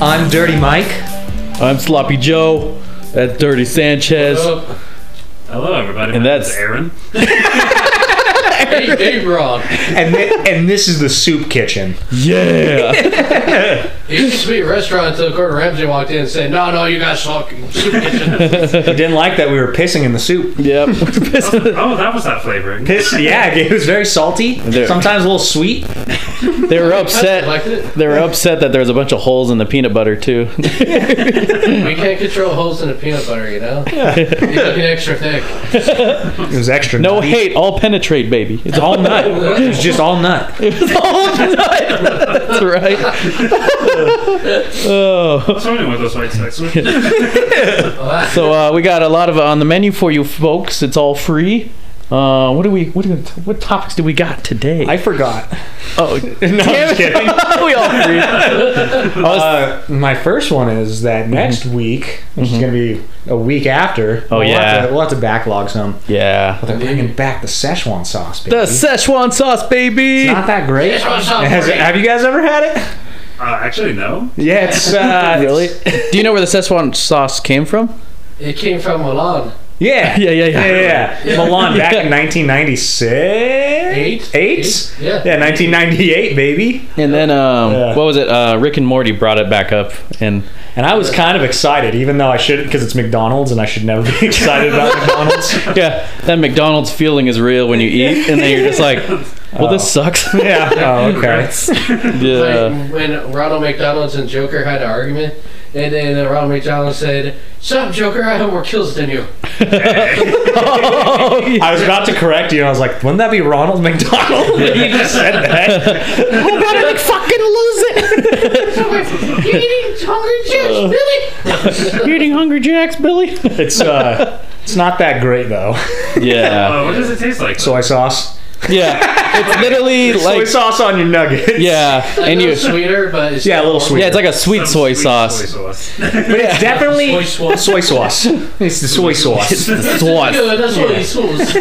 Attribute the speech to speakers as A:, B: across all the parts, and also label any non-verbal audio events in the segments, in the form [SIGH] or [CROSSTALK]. A: I'm Dirty Mike.
B: I'm Sloppy Joe. That's Dirty Sanchez.
C: Hello, everybody.
B: And
C: My name's
B: that's- [LAUGHS]
C: Aaron.
D: Hey, hey, Ron.
A: And, [LAUGHS] thi- and this is the soup kitchen.
B: Yeah. [LAUGHS]
D: It used to be a restaurant until Gordon Ramsay walked in and said, "No, no, you guys suck."
A: [LAUGHS] He didn't like that we were pissing in the soup.
B: yep.
C: Oh, that was that flavoring.
A: Piss, yeah, it was very salty.
B: There.
A: Sometimes a little sweet.
B: they were
D: I
B: upset.
D: liked it.
B: They were upset that there was a bunch of holes in the peanut butter too. [LAUGHS]
D: We can't control holes in the peanut butter, you know. You're looking extra
A: [LAUGHS]
D: thick.
A: It was extra.
B: No
A: nutty.
B: hate, all penetrate, baby. It's all [LAUGHS] nut.
A: It was just all nut.
B: it's all nut. That's right. oh.
C: What's wrong with those white Uh, sex?
B: [LAUGHS]
C: That's
B: So uh, we got a lot of on the menu for you folks. It's all free. Uh, what do we? What, do, what topics do we got today?
A: I forgot.
B: [LAUGHS]
A: No,
B: oh,
A: I'm just kidding.
B: [LAUGHS] we all free.
A: Uh, my first one is that next week, which is going to be a week after.
B: Oh,
A: we'll
B: yeah.
A: have to, we'll have to backlog some.
B: Yeah.
A: They're bringing back the Szechuan sauce, baby.
B: The Szechuan sauce, baby.
A: Not that great.
D: Szechuan sauce,
A: Has-
D: great.
A: have you guys ever had it?
C: Uh, actually, no.
A: Yeah,
B: [LAUGHS]
A: it's uh,
B: really?
A: it's-
B: Do you know where the Szechuan sauce came from?
D: It came from Milan.
A: [LAUGHS] Yeah.
B: Yeah, yeah,
A: Yeah,
B: yeah.
A: yeah, yeah. Milan back in 1996.
D: Eight?
A: Eight?
D: Yeah.
A: Yeah, 1998, baby.
B: And then, um,
A: Yeah.
B: what was it? Uh, Rick and Morty brought it back up, and
A: And I was kind of excited, even though I shouldn't, because it's McDonald's and I should never be [LAUGHS] excited about McDonald's.
B: yeah, that McDonald's feeling is real when you eat, and then you're just like, well, this sucks.
A: Yeah. Oh, okay.
C: Congrats.
A: Uh.
B: yeah.
D: Like when Ronald McDonald's and Joker had an argument, and then uh, Ronald McDonald said, "Sup, Joker? I have more kills than you." [LAUGHS]
B: Oh,
A: [LAUGHS]
B: yeah.
A: I was about to correct you, and I was like, wouldn't that be Ronald McDonald? [LAUGHS] you just said that.
B: How about I fucking lose
D: You're eating Hungry
A: Uh,
D: Jacks, really?
B: it? You're eating Hungry Jacks, Billy.
A: It's, uh, it's not that great, though.
B: [LAUGHS] Yeah.
C: Uh, what does it taste like?
A: Soy sauce.
B: Yeah. It's literally
A: Soy
B: like
A: sauce on your nuggets.
B: yeah,
D: And
B: and
D: you
B: you
D: sweeter, but it's
A: Yeah, a
D: still
A: little
D: warm.
A: sweet.
B: yeah, it's like a
C: Some
B: sweet soy
C: sweet
B: sauce. [LAUGHS]
C: Soy sauce. [LAUGHS]
A: But it's definitely
D: Soy sauce.
A: soy sauce. It's the soy sauce.
B: Sauce.
D: Yeah, that's what he swools.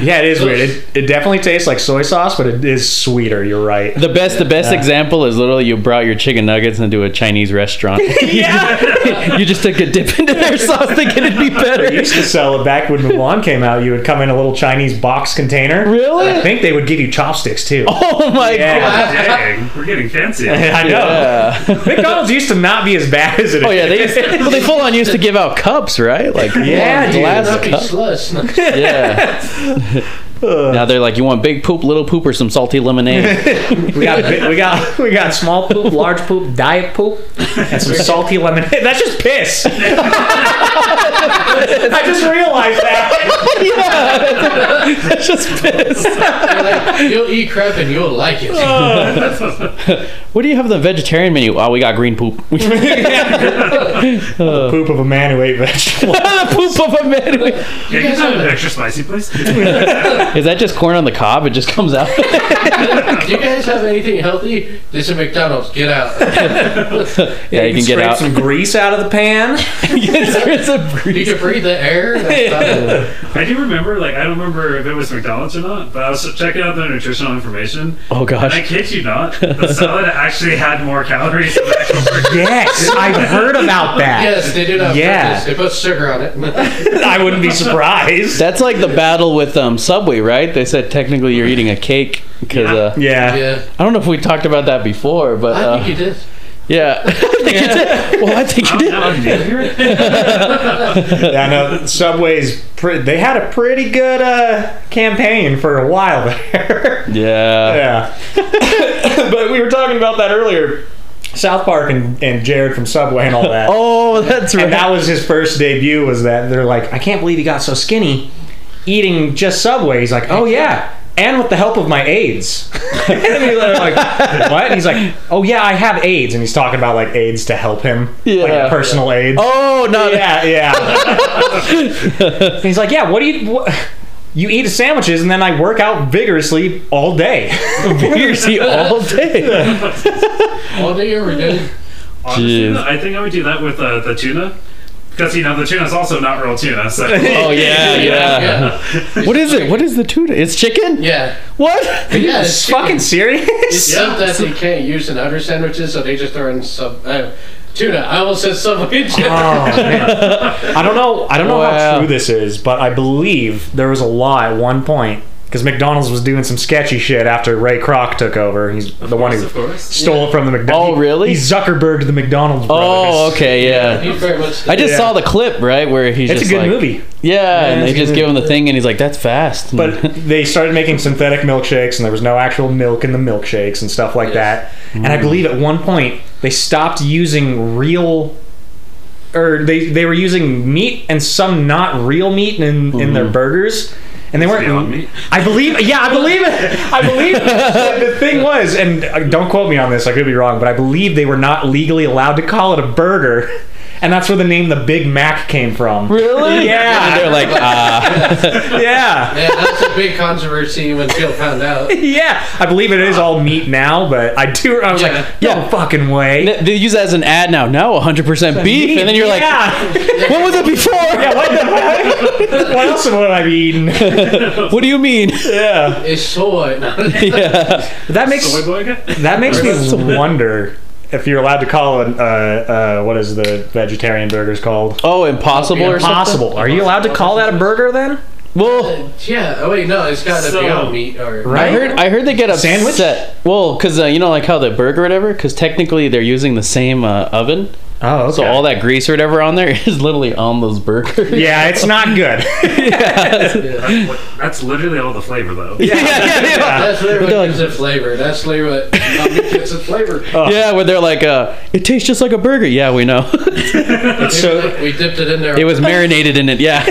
A: Yeah, it is weird. It, it definitely tastes like soy sauce, but it is sweeter. You're right. [LAUGHS]
B: The best, the best example is literally you brought your chicken nuggets into a Chinese restaurant. yeah, you just took a dip into their sauce thinking it'd
A: [LAUGHS]
B: be better.
A: used to sell it back when Mulan came out. You would come in a little Chinese box container. I
B: Really?
A: think they would give you chopsticks too.
B: Oh my
A: Yeah.
C: Dang, we're getting
B: [LAUGHS]
A: [LAUGHS]
C: fancy.
A: I know.
B: god. Yeah.
A: McDonald's used to not be as bad as it is.
B: Oh yeah, they used, well they full on used to Oh, give out cups, right?
A: [LAUGHS]
B: Like
A: Yeah, dude.
B: glass
D: Not be
B: cup.
D: slush.
B: Yeah. now they're like, you want big poop, little poop, or some
A: [LAUGHS]
B: salty lemonade?
A: we got bi- we got we got small poop, large poop, diet poop, and some salty lemonade. [LAUGHS] That's just piss. I just realized that.
B: That's [LAUGHS] just piss.
D: You'll eat crap and you'll like it.
B: Oh. What do you have in the vegetarian menu? Oh, we got green poop. [LAUGHS] Uh.
A: Poop of a man who ate vegetables.
B: the poop of a man.
C: Yeah,
D: guys
C: can you have
D: have-
C: an extra spicy,
B: [LAUGHS]
C: please?
B: Is that just corn on the cob? It just comes out. [LAUGHS]
D: Do you guys have anything healthy? This is McDonald's. Get out.
B: yeah, you can get
A: Scrape
B: out. [LAUGHS]
A: some grease out of the pan.
B: Yes, there's a
D: You
A: [LAUGHS]
B: grease.
D: can breathe the
B: [LAUGHS]
D: air. That's not-
C: I do remember, like, I don't remember if it was McDonald's or not, but I was checking out the nutritional information.
B: Oh
C: And I
B: gosh.
C: kid you not, the salad actually had more calories than
B: [LAUGHS]
C: the actual burger.
A: Yes, I've heard about that.
D: Yes, they do that. on
A: Yeah.
D: purpose. They put sugar on
B: [LAUGHS]
D: it.
A: [LAUGHS] I wouldn't be surprised.
B: That's like the battle with um, Subway, right? They said technically you're eating a cake because uh,
A: yeah.
D: yeah.
B: I don't know if we talked about that before, but
D: I
B: uh,
D: think you did.
B: yeah, [LAUGHS] I think you did. Well, I think you did.
C: Now I'm here.
A: [LAUGHS] Yeah, I know Subway's. Pre- they had a pretty good uh, campaign for a while there. [LAUGHS]
B: Yeah.
A: [LAUGHS] yeah, [COUGHS] but we were talking about that earlier. South Park and, and Jared from Subway and all that.
B: Oh, that's right.
A: and that was his first debut. Was that they're like, I can't believe he got so skinny, eating just Subway. He's like, Oh yeah. And with the help of my AIDS. [LAUGHS] and they're like, what? And he's like, oh, yeah, I have AIDS. And he's talking about, like, AIDS to help him.
B: Yeah.
A: Like, personal AIDS.
B: oh, no.
A: Yeah, yeah. And he's like, yeah. [LAUGHS] What do you? What, you eat sandwiches, and then I work out vigorously all day.
B: [LAUGHS] Vigorously all day.
D: All day every day.
C: Honestly,
B: Jeez.
C: though, I think I would do that with uh, the tuna. Because you know the tuna's also not real tuna.
B: [LAUGHS]
C: So
B: Oh
A: [LAUGHS]
D: [LAUGHS]
B: yeah, yeah. What is it? What is the tuna? It's chicken.
D: Yeah.
B: What?
D: Yeah, it's chicken.
A: fucking serious?
D: It's
C: Yeah.
D: stuff that they can't use in other sandwiches, so they just throw in sub uh, tuna. I almost said subway tuna.
A: Oh, man. I don't know. I don't know
B: Wow.
A: how true this is, but I believe there was a law at one point because McDonald's was doing some sketchy shit after Ray Kroc took over. He's the one
C: course,
A: who
C: of course.
A: stole it from the McDonald's.
B: Oh, really?
A: He Zuckerberged the McDonald's.
B: Oh,
A: brothers.
B: okay, yeah.
D: [LAUGHS] You very much.
B: I just
A: Yeah.
B: saw the clip right where he's
A: It's a
B: just
A: good
B: like,
A: movie,
B: Yeah, and they
A: it's a
B: just
A: good
B: give him the thing, and he's like, "That's fast." And-
A: but they started making synthetic milkshakes, and there was no actual milk in the milkshakes and stuff like
D: Yes.
A: that. And I believe at one point they stopped using real, or they they were using meat and some not real meat in in their burgers, and they weren't
C: beyond meat.
A: I believe, yeah, I believe it. I believe it. But the thing was, and uh, don't quote me on this, I could be wrong, but I believe they were not legally allowed to call it a burger, and that's where the name the Big Mac came from.
B: [LAUGHS] really?
A: Yeah.
B: And they're like, "Ah."
A: Yeah,
D: Yeah, that's a big controversy when Phil found out.
A: [LAUGHS] yeah. I believe it is all meat now, but I do. I was
D: Yeah.
A: like, no
B: Yeah.
A: fucking way.
B: they use that as an ad now. No, 100 percent beef, and then you're like,
A: yeah.
B: [LAUGHS] "What was it before?
A: yeah. What, the- what, what else would I be eating?
B: [LAUGHS] What do you mean?" [LAUGHS]
A: yeah.
D: It's soy. [LAUGHS]
B: yeah.
A: That makes
C: Soy boy guy?
A: that makes me wonder. If you're allowed to call it, uh, uh, what is the vegetarian burgers called?
B: Oh, impossible or something.
A: Impossible. Are you allowed to call that a burger then?
B: Well,
D: yeah. Oh wait, no, it's got to
C: So-
D: be on meat or
B: I heard I heard they get upset.
A: Sandwich?
B: Well, because uh, you know, like how the burger or whatever. Because technically, they're using the same uh, oven,
A: Oh, okay.
B: so all that grease or whatever on there [LAUGHS] is literally on those burgers.
A: Yeah, it's not good.
B: [LAUGHS] yeah.
C: That's, what- that's literally all the flavor though.
B: Yeah, yeah, yeah.
D: That's literally
B: They're
D: what
B: like-
D: gives it flavor. That's literally what not meat gives it flavor.
B: Yeah, where they're like, uh, it tastes just like a burger. Yeah, we know. [LAUGHS]
A: It's so
D: we dipped it in there.
B: it
D: [LAUGHS]
B: was marinated in it. Yeah.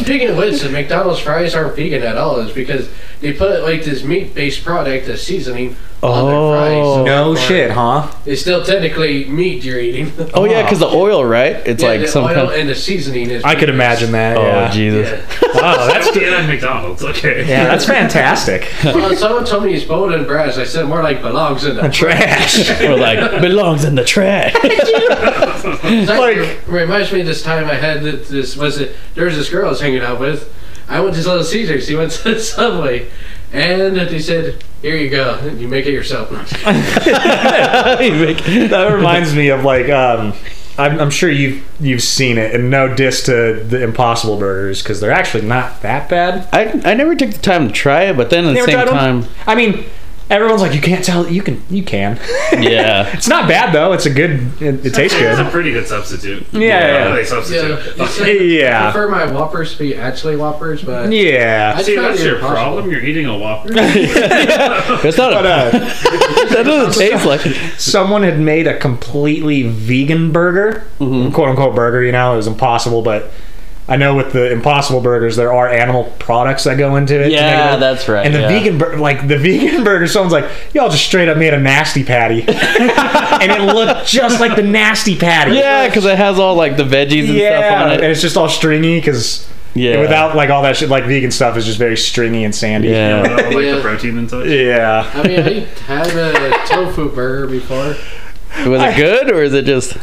B: [LAUGHS]
D: Speaking of which, the McDonald's fries aren't vegan at all. Is because they put like this meat-based product as seasoning on
B: Oh.
D: their fries.
A: [LAUGHS]
D: So
A: no
D: therefore,
A: shit, huh?
D: It's still technically meat you're eating. [LAUGHS]
B: Oh yeah, because the oil, right? It's
D: Yeah,
B: like
D: the
B: some
D: oil
B: kind.
D: and the seasoning is.
A: I could imagine that.
B: Oh
A: yeah.
B: Jesus.
D: Yeah.
A: Wow, that's
C: That's good at McDonald's. Okay.
A: yeah, that's
B: [LAUGHS]
A: fantastic.
D: well, someone told me it's bone and brass. I said more like belongs
A: [LAUGHS]
D: in the.
A: Trash. [LAUGHS]
B: Or like belongs in the trash. [LAUGHS]
A: Like-
D: It reminds me of this time I had that this was it. There was this girl I was hanging out with. I went to Little Caesars. She went [LAUGHS] to Subway, and they said, "Here you go. You make it
A: [LAUGHS]
D: yourself." [LAUGHS]
A: that reminds me of like um, I'm, I'm sure you've you've seen it, and no diss to the Impossible Burgers because they're actually not that bad.
B: I I never took the time to try it, but then at the
A: You ever
B: same
A: tried them?
B: time,
A: I mean, everyone's like, you can't tell. You can, you can.
B: yeah.
A: [LAUGHS] It's not bad though. It's a good. It, it tastes
C: It's a
A: good.
C: pretty good substitute.
A: yeah, yeah.
C: They
D: Yeah,
C: substitute. Oh,
D: it's-
A: [LAUGHS]
D: I
A: Yeah.
D: prefer my Whoppers to be actually Whoppers, but
A: Yeah.
D: I
C: See,
D: tried
C: that's
D: the
C: your
D: Impossible.
C: problem. You're eating a Whopper.
B: It's
A: [LAUGHS]
B: not.
A: But,
B: A,
A: uh,
B: that
A: [LAUGHS]
B: doesn't taste like.
A: someone had made a completely vegan burger,
B: Mm-hmm.
A: quote unquote burger. You know, it was impossible, but I know with the impossible burgers, there are animal products that go into it. to
B: Yeah,
A: make it-
B: that's right,
A: And the
B: yeah.
A: vegan, bur- like the [LAUGHS] vegan burger, someone's like, y'all just straight up made a nasty
B: [LAUGHS]
A: patty, and it looked just like the nasty patty.
B: Yeah, because it has all like the veggies and
A: Yeah,
B: stuff on
A: and
B: it.
A: it's just all stringy because
B: Yeah,
A: without like all that shit, like vegan stuff is just very stringy and sandy.
B: Yeah.
C: With all, like
D: Yeah.
C: the protein and
B: [LAUGHS]
C: such.
A: Yeah.
D: I mean, I had a tofu burger before.
A: [LAUGHS]
B: was it good or is it just?
D: Um,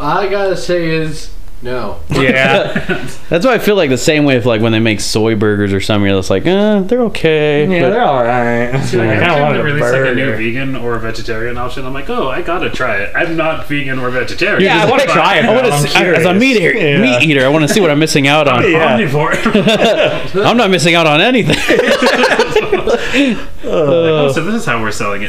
D: I gotta say is no.
A: Yeah.
B: That's why I feel like the same way. If like when they make soy burgers or something, you're just like, eh, they're okay.
A: yeah,
B: but-
A: they're all
C: [LAUGHS]
A: right. I
C: Like, every
A: kinda
C: time
A: wanted
C: they
A: a
C: release like a new
A: burger.
C: vegan or vegetarian option, I'm like, oh, I gotta try it. I'm not vegan or vegetarian.
A: Yeah, I want to try it.
B: I want
A: though. I'm
B: to. As a
A: curious.
B: meat eater,
A: Yeah.
B: meat eater, I want to see what I'm missing out on.
A: [LAUGHS] Yeah.
C: [LAUGHS] Omnivore.
B: I'm not missing out on anything. [LAUGHS]
C: oh, so this is how we're selling it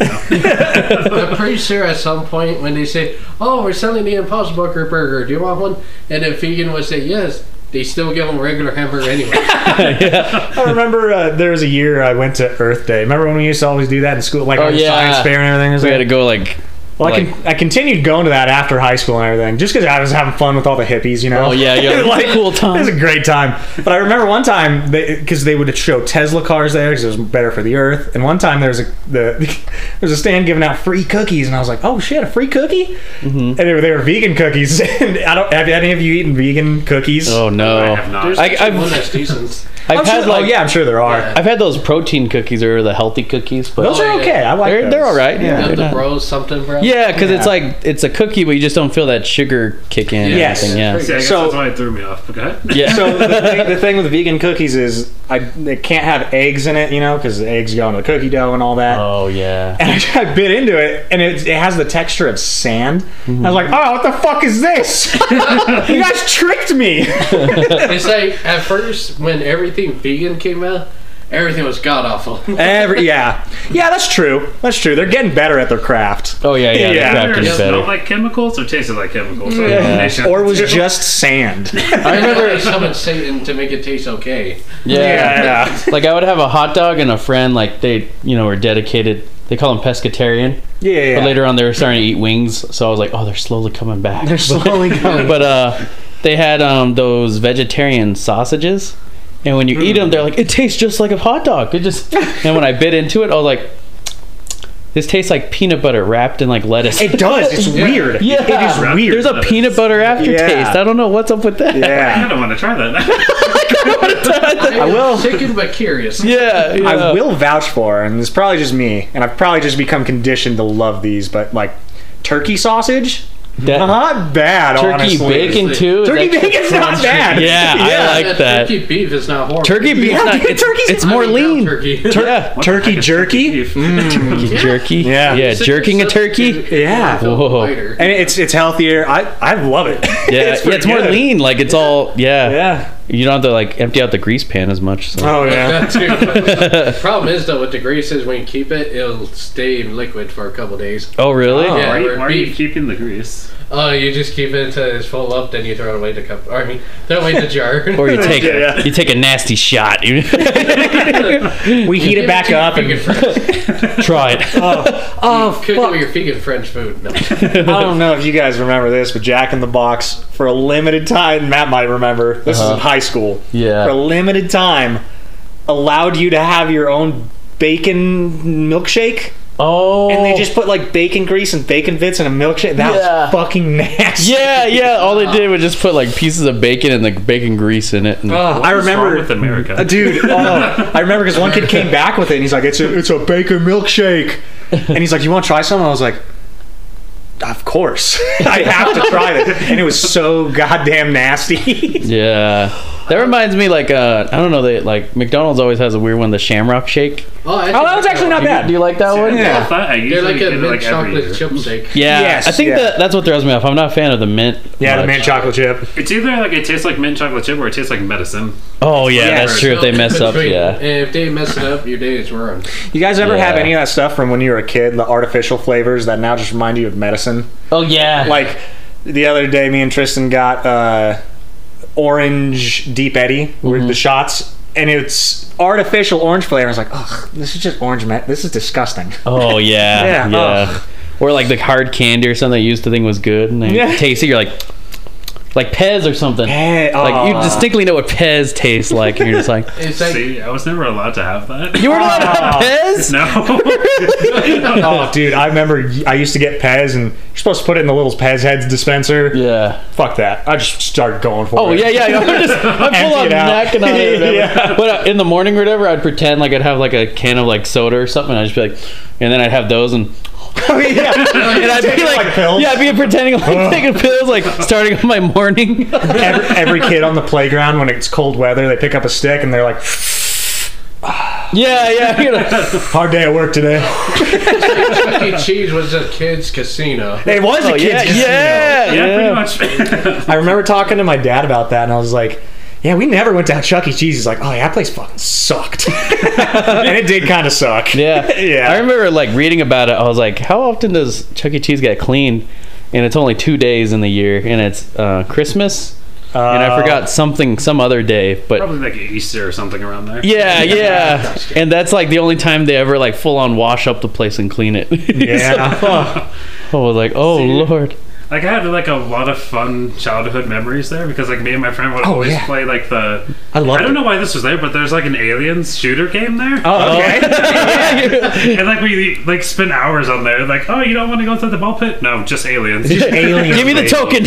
A: [LAUGHS]
C: now.
D: I'm pretty sure at some point when they say, "Oh, we're selling the Impossible Burger burger. Do you want one?" and if vegan would say yes, they still give them regular
B: [LAUGHS]
D: hamburger anyway.
A: I remember uh, there was a year I went to Earth Day. Remember when we used to always do that in school, like
B: Oh,
A: our
B: yeah.
A: science fair and everything? Was
B: we
A: like,
B: had to go like.
A: well, I,
B: like-
A: con- I continued going to that after high school and everything, just because I was having fun with all the hippies, you know.
B: Oh yeah, yeah.
A: [LAUGHS] like,
B: cool
A: It was a
B: time.
A: great time. But I remember one time because they, would show Tesla cars there because it was better for the Earth. And one time there was a the, [LAUGHS] there was a stand giving out free cookies, and I was like, "Oh shit, a free cookie!"
B: Mm-hmm.
A: And they were, they were vegan cookies. [LAUGHS] and I don't have any of you eaten vegan cookies?
B: Oh
C: I
B: no.
C: have not.
D: There's
B: I-
D: actually
B: I've-
D: one that's decent.
B: I've
A: I'm
B: had
A: sure,
B: like
A: oh yeah, I'm sure there are.
D: Yeah.
B: I've had those protein cookies or the healthy cookies, but
A: Those are
D: yeah.
A: okay. I like
B: They're-
A: those.
B: they're all right, [LAUGHS] yeah.
D: Not
B: they're
D: the
B: not-
D: bros something bro.
A: stuff.
B: Yeah, because it's like it's a cookie, but you just don't feel that sugar kick in.
A: Yes.
B: Yes. Yeah.
C: See, I guess
A: So-
C: that's why it threw me off. Okay.
B: Yeah.
A: So the thing, the thing with vegan cookies is I they can't have eggs in it, you know, because the eggs go into the cookie dough and all that.
B: oh yeah.
A: And I, [LAUGHS] I bit into it, and it, it has the texture of sand. I was like,
B: Mm-hmm.
A: "Oh, what the fuck is
B: [LAUGHS]
A: this? you guys tricked me."
D: It's like at first when everything vegan came out, everything was god awful.
A: Every yeah, yeah, that's true. That's true. They're getting better at their craft.
B: [LAUGHS] Oh yeah. Yeah.
A: Yeah.
B: The
C: Either
B: craft is
C: it
B: better.
C: smelled like chemicals or tasted like chemicals. So combination
A: [LAUGHS]
C: of
A: Or
C: the
A: was
C: two.
A: just sand.
D: [LAUGHS] I remember someone Satan to make it taste okay.
B: yeah.
A: yeah.
B: Like I would have a hot dog and a friend. Like they, you know, were dedicated. They call them pescatarian.
A: Yeah, yeah.
B: But later on, they were starting to eat wings, so I was like, "Oh, they're slowly coming
A: [LAUGHS]
B: back."
A: they're slowly going.
B: [LAUGHS] but uh, they had um, those vegetarian sausages, and when you eat them, they're like, "It tastes just like a hot dog." It
A: [LAUGHS]
B: just. and when I bit into it, I was like, "This tastes like peanut butter wrapped in like lettuce."
A: It does. It's
D: Yeah.
A: weird.
B: [LAUGHS] yeah,
A: It is weird.
B: There's a peanut butter aftertaste.
A: Yeah.
B: I don't know what's up with that.
C: I
A: yeah.
C: don't want to try that. [LAUGHS]
D: I
A: will-
D: Chicken but curious.
B: Yeah, yeah.
A: I will vouch for, and it's probably just me, and I've probably just become conditioned to love these, but like turkey sausage,
B: That-
A: not bad.
B: turkey
A: honestly.
B: bacon too. is
A: Uh-huh. Turkey
B: that-
A: bacon's not bad.
B: Yeah, I like
D: That
B: that.
D: Turkey beef is not horrible.
B: Turkey beef.
A: Yeah,
B: not,
A: dude,
B: it's,
A: turkey's
B: it's
A: not
B: more
D: Ground
B: lean.
D: Turkey. [LAUGHS]
B: yeah.
A: Turkey jerky.
C: [LAUGHS]
B: Turkey jerky.
A: Yeah.
B: Yeah.
A: It's
B: Jerking a turkey.
A: Yeah.
B: Whoa.
A: And it's it's healthier. I I love it. [LAUGHS]
B: Yeah, it's, yeah,
A: pretty
B: it's more
A: good.
B: lean. Like it's all yeah.
A: Yeah.
B: You don't have to like empty out the grease pan as much. So.
A: Oh yeah. [LAUGHS]
D: the problem is though with the grease is when you keep it, it'll stay liquid for a couple days.
B: Oh, really?
A: Oh.
C: why,
D: Yeah.
C: are you, why are you
D: Beef.
C: keeping the grease?
D: Oh, you just keep it until it's full up, then you throw away the cup. Or I mean, throw away
A: [LAUGHS]
D: the jar.
B: Or
D: [LAUGHS]
B: you take
A: Yeah.
B: you take a nasty shot. You [LAUGHS]
A: We heat
D: Give
A: it back
D: to your
A: up
D: vegan
A: and
D: [LAUGHS] friends.
B: try it.
A: [LAUGHS] oh
D: Cook it
A: fuck.
D: with your vegan French food.
A: [LAUGHS]
D: No. Oh,
A: I don't know if you guys remember this, but Jack in the Box for a limited time. Matt might remember. This is
B: Uh-huh.
A: in high school.
B: Yeah.
A: For a limited time, allowed you to have your own bacon milkshake.
B: Oh.
A: And they just put like bacon grease and bacon bits in a milkshake. That
B: Yeah.
A: was fucking nasty.
B: Yeah, yeah. All they did was just put like pieces of bacon and like bacon grease in it. And,
A: Ugh, I
C: What's wrong
A: remember
C: with America.
A: Uh,
C: [LAUGHS]
A: dude. Oh, I remember because one kid came back with it, and he's like, "It's a it's a bacon milkshake," and he's like, "You want to try some?" I was like. Of course, [LAUGHS] I have to try it, and it was so goddamn nasty. [LAUGHS]
B: [LAUGHS] yeah. That reminds me, like, uh, I don't know, they like McDonald's always has a weird one, the Shamrock Shake.
D: Oh, I
A: oh, that was actually not bad.
B: Do you like that one?
A: Yeah.
C: I, thought I
D: They're
C: usually
D: like a
C: get it
D: mint
C: like every
D: chocolate
C: year.
D: chip shake.
B: Yeah,
A: Yes,
B: I think
A: yeah.
B: that that's what throws me off. I'm not a fan of the mint.
A: yeah, the
B: much.
A: mint chocolate chip.
C: It's either like it tastes like mint chocolate chip or it tastes like medicine.
B: Oh yeah,
A: Yeah.
B: that's true. If they mess up,
D: Between-
B: yeah.
D: If they mess it up, your day is ruined.
A: You guys ever have
B: Yeah.
A: any of that stuff from when you were a kid? The artificial flavors that now just remind you of medicine.
B: Oh yeah.
A: Like the other day, me and Tristan got uh, orange deep eddy
B: Mm-hmm.
A: with the shots, and it's artificial orange flavor. I was like, ugh, this is just orange. Me- this is disgusting.
B: Oh yeah,
A: Yeah,
B: yeah.
A: ugh.
B: Or like the hard candy or something you used to think was good, and then
A: Yeah.
B: you taste it, you're like, like Pez or something.
A: Hey,
B: Like you
A: aw.
B: distinctly know what Pez tastes like, and you're just like,
D: It's like
C: See, I was never allowed to have that.
B: [LAUGHS] you were allowed to have Pez.
C: [LAUGHS] no.
A: [LAUGHS]
C: [LAUGHS]
A: Oh, dude, I remember I used to get Pez, and you're supposed to put it in the little Pez heads dispenser.
B: Yeah.
A: Fuck that. I just started going for it.
B: Oh yeah, yeah. yeah. I'm just I'm full on
A: Empty it out.
B: neck and all that. whatever.
A: [LAUGHS] Yeah.
B: But uh, in the morning or whatever, I'd pretend like I'd have like a can of like soda or something. And I'd just be like, and then I'd have those and
A: [LAUGHS] Oh, yeah.
B: [LAUGHS] and I'd be
A: Taking,
B: like,
A: like, pills?
B: yeah, I'd be pretending like taking pills, like starting on my morning. [LAUGHS]
A: every, every kid on the playground, when it's cold weather, they pick up a stick and they're like,
B: yeah, yeah. you know.
A: hard day at work today.
D: Chuck E. Cheese was a kid's casino.
A: It was a
B: Oh,
A: kid's
B: yeah,
A: casino.
B: yeah, yeah.
C: Yeah, pretty much. [LAUGHS]
A: I remember talking to my dad about that, and I was like, "Yeah, we never went to Chuck E. Cheese." He's like, "Oh, yeah, that place fucking sucked," [LAUGHS] and it did kind of suck.
B: Yeah.
A: [LAUGHS] Yeah.
B: I remember like reading about it. I was like, how often does Chuck E. Cheese get cleaned? And it's only two days in the year, and it's uh, Christmas, and I
A: Uh,
B: forgot something, some other day, but.
C: Probably like Easter or something around there.
A: [LAUGHS]
B: Yeah, yeah, and that's like the only time they ever like full on wash up the place and clean it. [LAUGHS]
A: Yeah. [LAUGHS]
B: so, I was like, oh lord,
C: Like I had like a lot of fun childhood memories there because like me and my friend would
A: Oh,
C: always
A: yeah.
C: play like the.
A: I love
C: I don't
A: it.
C: know why this was there, but there's like an aliens shooter game there,
A: Oh, [LAUGHS] okay.
B: [LAUGHS]
C: and like we like spent hours on there. Like, oh, you don't want to go to the ball pit? No, just aliens. [LAUGHS]
A: Aliens.
B: give me the token,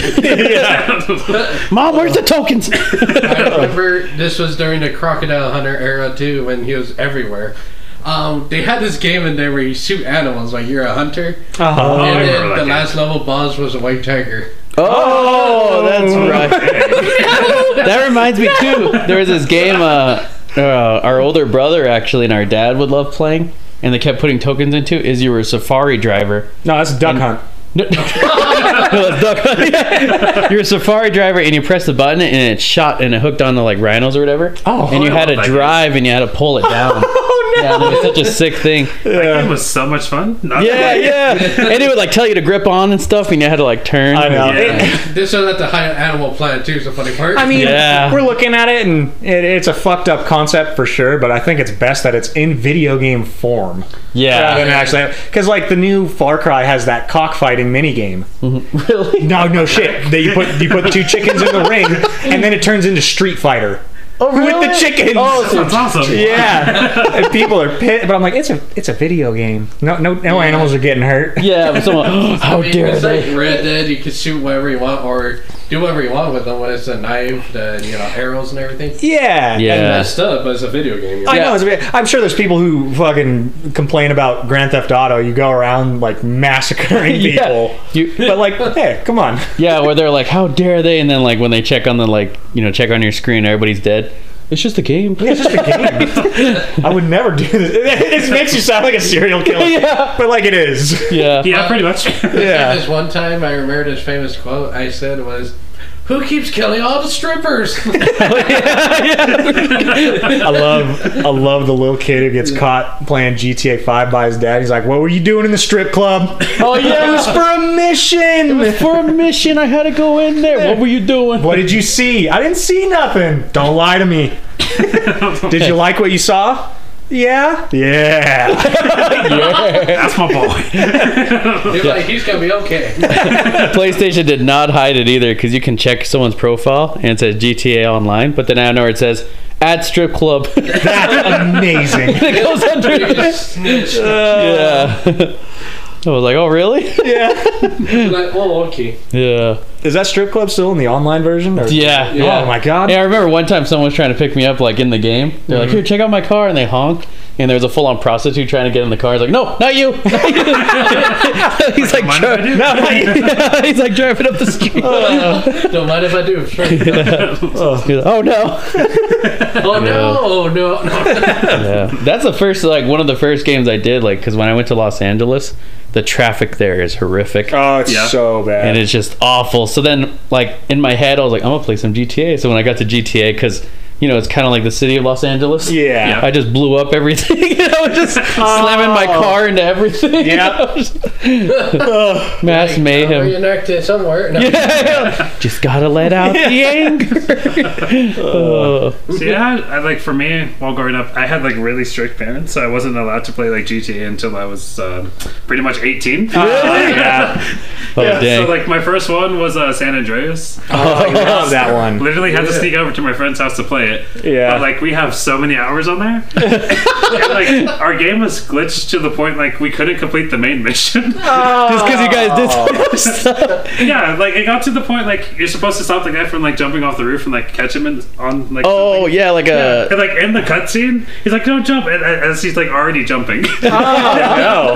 B: mom. Where's the tokens?
C: [LAUGHS]
D: I remember this was during the crocodile hunter era too, when he was everywhere. Um, they had this game in there where you shoot animals, like you're a hunter,
C: Oh, I
A: Uh-huh.
D: and
C: remember
D: then
C: that
D: the
C: game.
D: last level boss was a white tiger.
B: Oh, that's right.
C: Okay.
B: That reminds me too. There was this game. Uh, uh, our older brother actually and our dad would love playing, and they kept putting tokens into. Is you were a safari driver. [LAUGHS]
A: No, that's Duck Hunt.
B: No, no, it's duck hunt. [LAUGHS] You're a safari driver, and you press the button, and it shot and it hooked onto like rhinos or whatever.
A: Oh,
B: and you
C: I
B: had to
C: love that
B: drive, and you had to pull it down.
A: [LAUGHS] Oh no!
B: yeah, it was such a sick thing.
C: That game was so much fun. Not
B: Yeah, yeah. And it would like tell you to grip on and stuff, and you had to like turn.
A: I know.
C: [LAUGHS] Yeah.
D: This was at the high animal planet too. Is the funny part.
A: I mean,
B: Yeah.
A: we're looking at it, and it, it's a fucked up concept for sure. But I think it's best that it's in video game form rather
B: Yeah.
A: than actually because, like, the new Far Cry has that cockfighting minigame.
B: [LAUGHS] Really?
A: No, no shit. That you put you put two chickens in the
B: [LAUGHS]
A: ring, and then it turns into Street Fighter.
B: Oh,
A: With the chickens.
B: Oh, so
C: That's
A: [LAUGHS]
C: awesome.
A: Yeah, and people are pissed, but I'm like, it's a it's a video game. No, no, no animals are getting hurt.
B: yeah. But someone, [GASPS] how
D: I mean,
B: dare
D: it's
B: they?
D: like Red Dead. You can shoot whatever you want, or do whatever you want with them. When it's a knife, the you know arrows and everything.
A: [LAUGHS] Yeah,
B: Yeah.
D: And messed up, but it's a video game. you
A: I
D: know.
A: know. It's a bit, I'm sure there's people who fucking complain about Grand Theft Auto. You go around like
B: [LAUGHS]
A: massacring people,
B: You,
A: [LAUGHS] but like, hey, come on. [LAUGHS]
B: yeah, where they're like, "How dare they?" And then like when they check on the like, you know, check on your screen, everybody's dead. It's just a game.
A: It's just a game. I would never do this. [LAUGHS] It makes you sound like a serial killer,
B: Yeah.
A: but like it is.
B: Yeah.
C: Yeah, pretty much. [LAUGHS]
A: Yeah.
D: This one time, I remember this famous quote I said was, "Who keeps killing all the strippers?" [LAUGHS]
A: [LAUGHS] I love, I love the little kid who gets caught playing GTA Five by his dad. He's like, "What were you doing in the strip club?"
B: Oh
A: It was
B: yeah.
A: for a mission.
B: [LAUGHS] For a mission, I had to go in there. What were you doing?
A: What did you see? I didn't see nothing. Don't lie to me. Did you
B: [LAUGHS]
A: like what you saw? Yeah. Yeah.
C: That's my boy.
D: He's like, "He's gonna be okay."
B: [LAUGHS] PlayStation did not hide it either because you can check someone's profile and it says GTA Online, but then I know it says at strip club. [LAUGHS] it
A: That's amazing.
B: goes
D: You
A: [LAUGHS]
B: under.
D: just snitch.
B: yeah. [LAUGHS] I was like, oh really? [LAUGHS]
A: Yeah.
D: like, oh, okay.
B: yeah.
A: Is that strip club still in the online version? Or?
B: Yeah. Yeah.
A: Oh my god.
B: Yeah, I remember one time someone was trying to pick me up like in the game. They're like, "Here, check out my car," and they honk. And there's a full-on prostitute trying to get in the car. He's like, "No, not you." he's like,
C: Mind if I
B: dri- [LAUGHS]
C: do?
B: he's like driving up the street.
D: Don't mind if I do. Sure.
B: He's like, oh no!
D: Oh no! Oh no! no.
B: Yeah. That's the first, like, one of the first games I did, like, because when I went to Los Angeles, the traffic there is horrific.
A: Oh, it's
C: Yeah.
A: so bad.
B: and it's just awful. So then, like in my head, I was like, I'm gonna play some GTA. So when I got to GTA, because you know it's kind of like the city of Los Angeles.
A: Yeah.
B: I just blew up everything. [LAUGHS] I was just slamming my car into everything. [LAUGHS]
A: Yeah. Ugh.
B: mass
D: Like, I'll
B: mayhem.
D: reenact it somewhere. No.
B: [LAUGHS] just gotta let out the [LAUGHS] anger. Oh.
C: See, I, had, I like for me while growing up, I had like really strict parents, so I wasn't allowed to play like GTA until I was um, pretty much eighteen. [LAUGHS] Really? yeah.
B: Oh,
C: yeah.
B: dang.
C: So like my first one was uh, San Andreas.
A: Oh, I love that
C: [LAUGHS]
A: one.
C: Literally had to sneak over to my friend's house to play it.
A: Yeah.
C: But, like we have so many hours
B: [LAUGHS]
C: on there. And, like our game was glitched to the point like we couldn't complete the main
B: [LAUGHS]
C: mission.
B: just because you guys did so much stuff.
C: yeah, like it got to the point like you're supposed to stop the guy from like jumping off the roof and like catch him in, on like something.
B: Oh yeah, like a.
C: And like in the cutscene, he's like, "Don't jump!" And and- as he's like already jumping. [LAUGHS]
A: [LAUGHS]
B: Uh.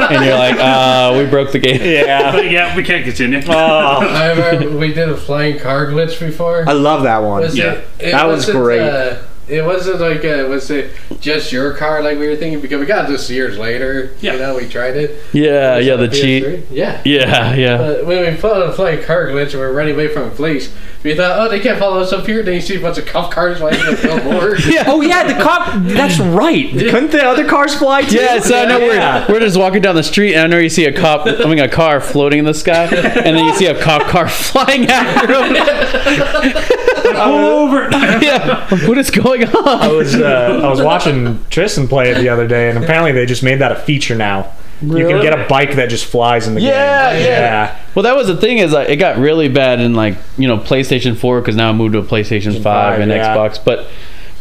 A: no.
B: And you're like, uh, we broke the game.
A: Yeah.
C: but yeah, we can't continue.
B: Uh.
A: Oh,
D: I remember we did a flying car glitch before.
A: I love that one.
D: Was
C: Yeah.
D: it, it
A: That was
D: wasn't,
A: great.
D: Uh, it wasn't like uh was it just your car like we were thinking because we got this years later.
C: Yeah.
D: You know, we tried it.
B: Yeah,
D: It
B: Uh,
D: was
B: yeah,
D: on
B: the
D: PS3.
B: cheat.
D: Yeah.
B: Yeah, yeah.
D: But when we followed a flying car glitch and we were running away from police, we thought, oh, they can't follow us up here. Then you see a bunch of cop cars flying in the billboard. [LAUGHS]
B: Yeah.
A: Oh yeah, the cop. That's right. Couldn't the other cars fly too?
B: Yeah, so I know
A: Yeah.
B: we're, we're just walking down the street, and I know you see a cop, I mean, a car floating in the sky, and then you see a cop car [LAUGHS] flying after [LAUGHS] him.
A: [LAUGHS]
C: Pull over.
B: Yeah, like, what is going
A: I
B: on?
A: was uh, I was watching Tristan play it the other day, and apparently they just made that a feature now. You can
B: Really?
A: get a bike that just flies in the
B: Yeah,
A: game.
B: yeah. Well, that was the thing is like, it got really bad in like you know PlayStation Four because now I moved to a PlayStation Five,
A: five,
B: and
A: yeah.
B: Xbox. But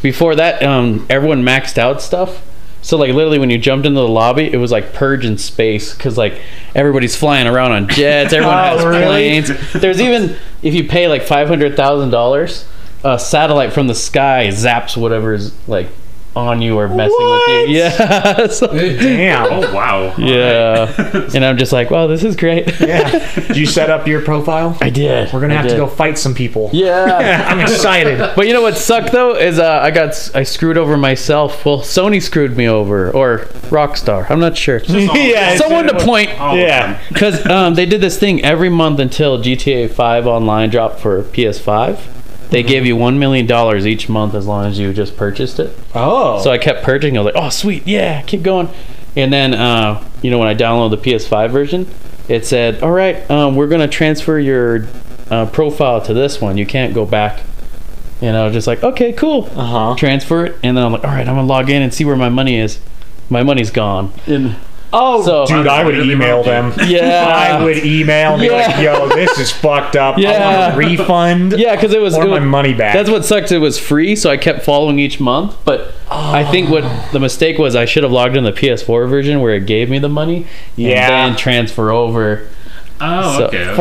B: before that, um, everyone maxed out stuff. So like literally, when you jumped into the lobby, it was like purge in space because like everybody's flying around on jets. Everyone
A: [LAUGHS] Oh,
B: has
A: really?
B: planes. There's even if you pay like five hundred thousand dollars, a satellite from the sky zaps whatever's like on you or messing
A: What?
B: with you. [LAUGHS] Yeah. So-
A: Damn.
C: [LAUGHS]
B: [LAUGHS]
C: Oh wow.
A: [LAUGHS]
B: yeah. and I'm just like, wow, this is great.
A: yeah. Did you set up your profile?
B: I did.
A: We're gonna
B: I
A: have to
B: did.
A: go fight some people.
B: [LAUGHS] Yeah.
A: [LAUGHS] I'm excited.
B: But you know what sucked though is uh, I got s- I screwed over myself. Well, Sony screwed me over, or Rockstar. I'm not sure.
A: yeah. it's-
B: Someone to point
C: All
A: [LAUGHS]
C: of
A: Yeah.
C: them.
B: because um, they did this thing every month until GTA 5 Online dropped for PS5. They gave you one million dollars each month as long as you just purchased it.
A: Oh.
B: So I kept purging. I was like, oh sweet, yeah, keep going. And then uh, you know when I downloaded the PS5 version, it said, all right, um, we're gonna transfer your uh, profile to this one. You can't go back. And I was just like, okay, cool.
A: Uh huh.
B: Transfer it, and then I'm like, all right, I'm gonna log in and see where my money is. My money's gone. And
A: Oh,
B: So-
A: dude, I would
C: Really
A: email
C: wrong.
A: them.
B: Yeah. [LAUGHS]
A: I would email and be like,
B: Yeah.
A: "Yo, this is fucked up. I
B: Yeah.
A: want a refund
B: yeah, because it was
A: or
B: it
A: my
B: was-
A: money back."
B: That's what sucked. It was free, so I kept following each month. But I think what the mistake was, I should have logged in the PS4 version where it gave me the money.
A: Yeah.
B: And then transfer over.
C: Oh
B: So-
C: okay.
A: Fuck.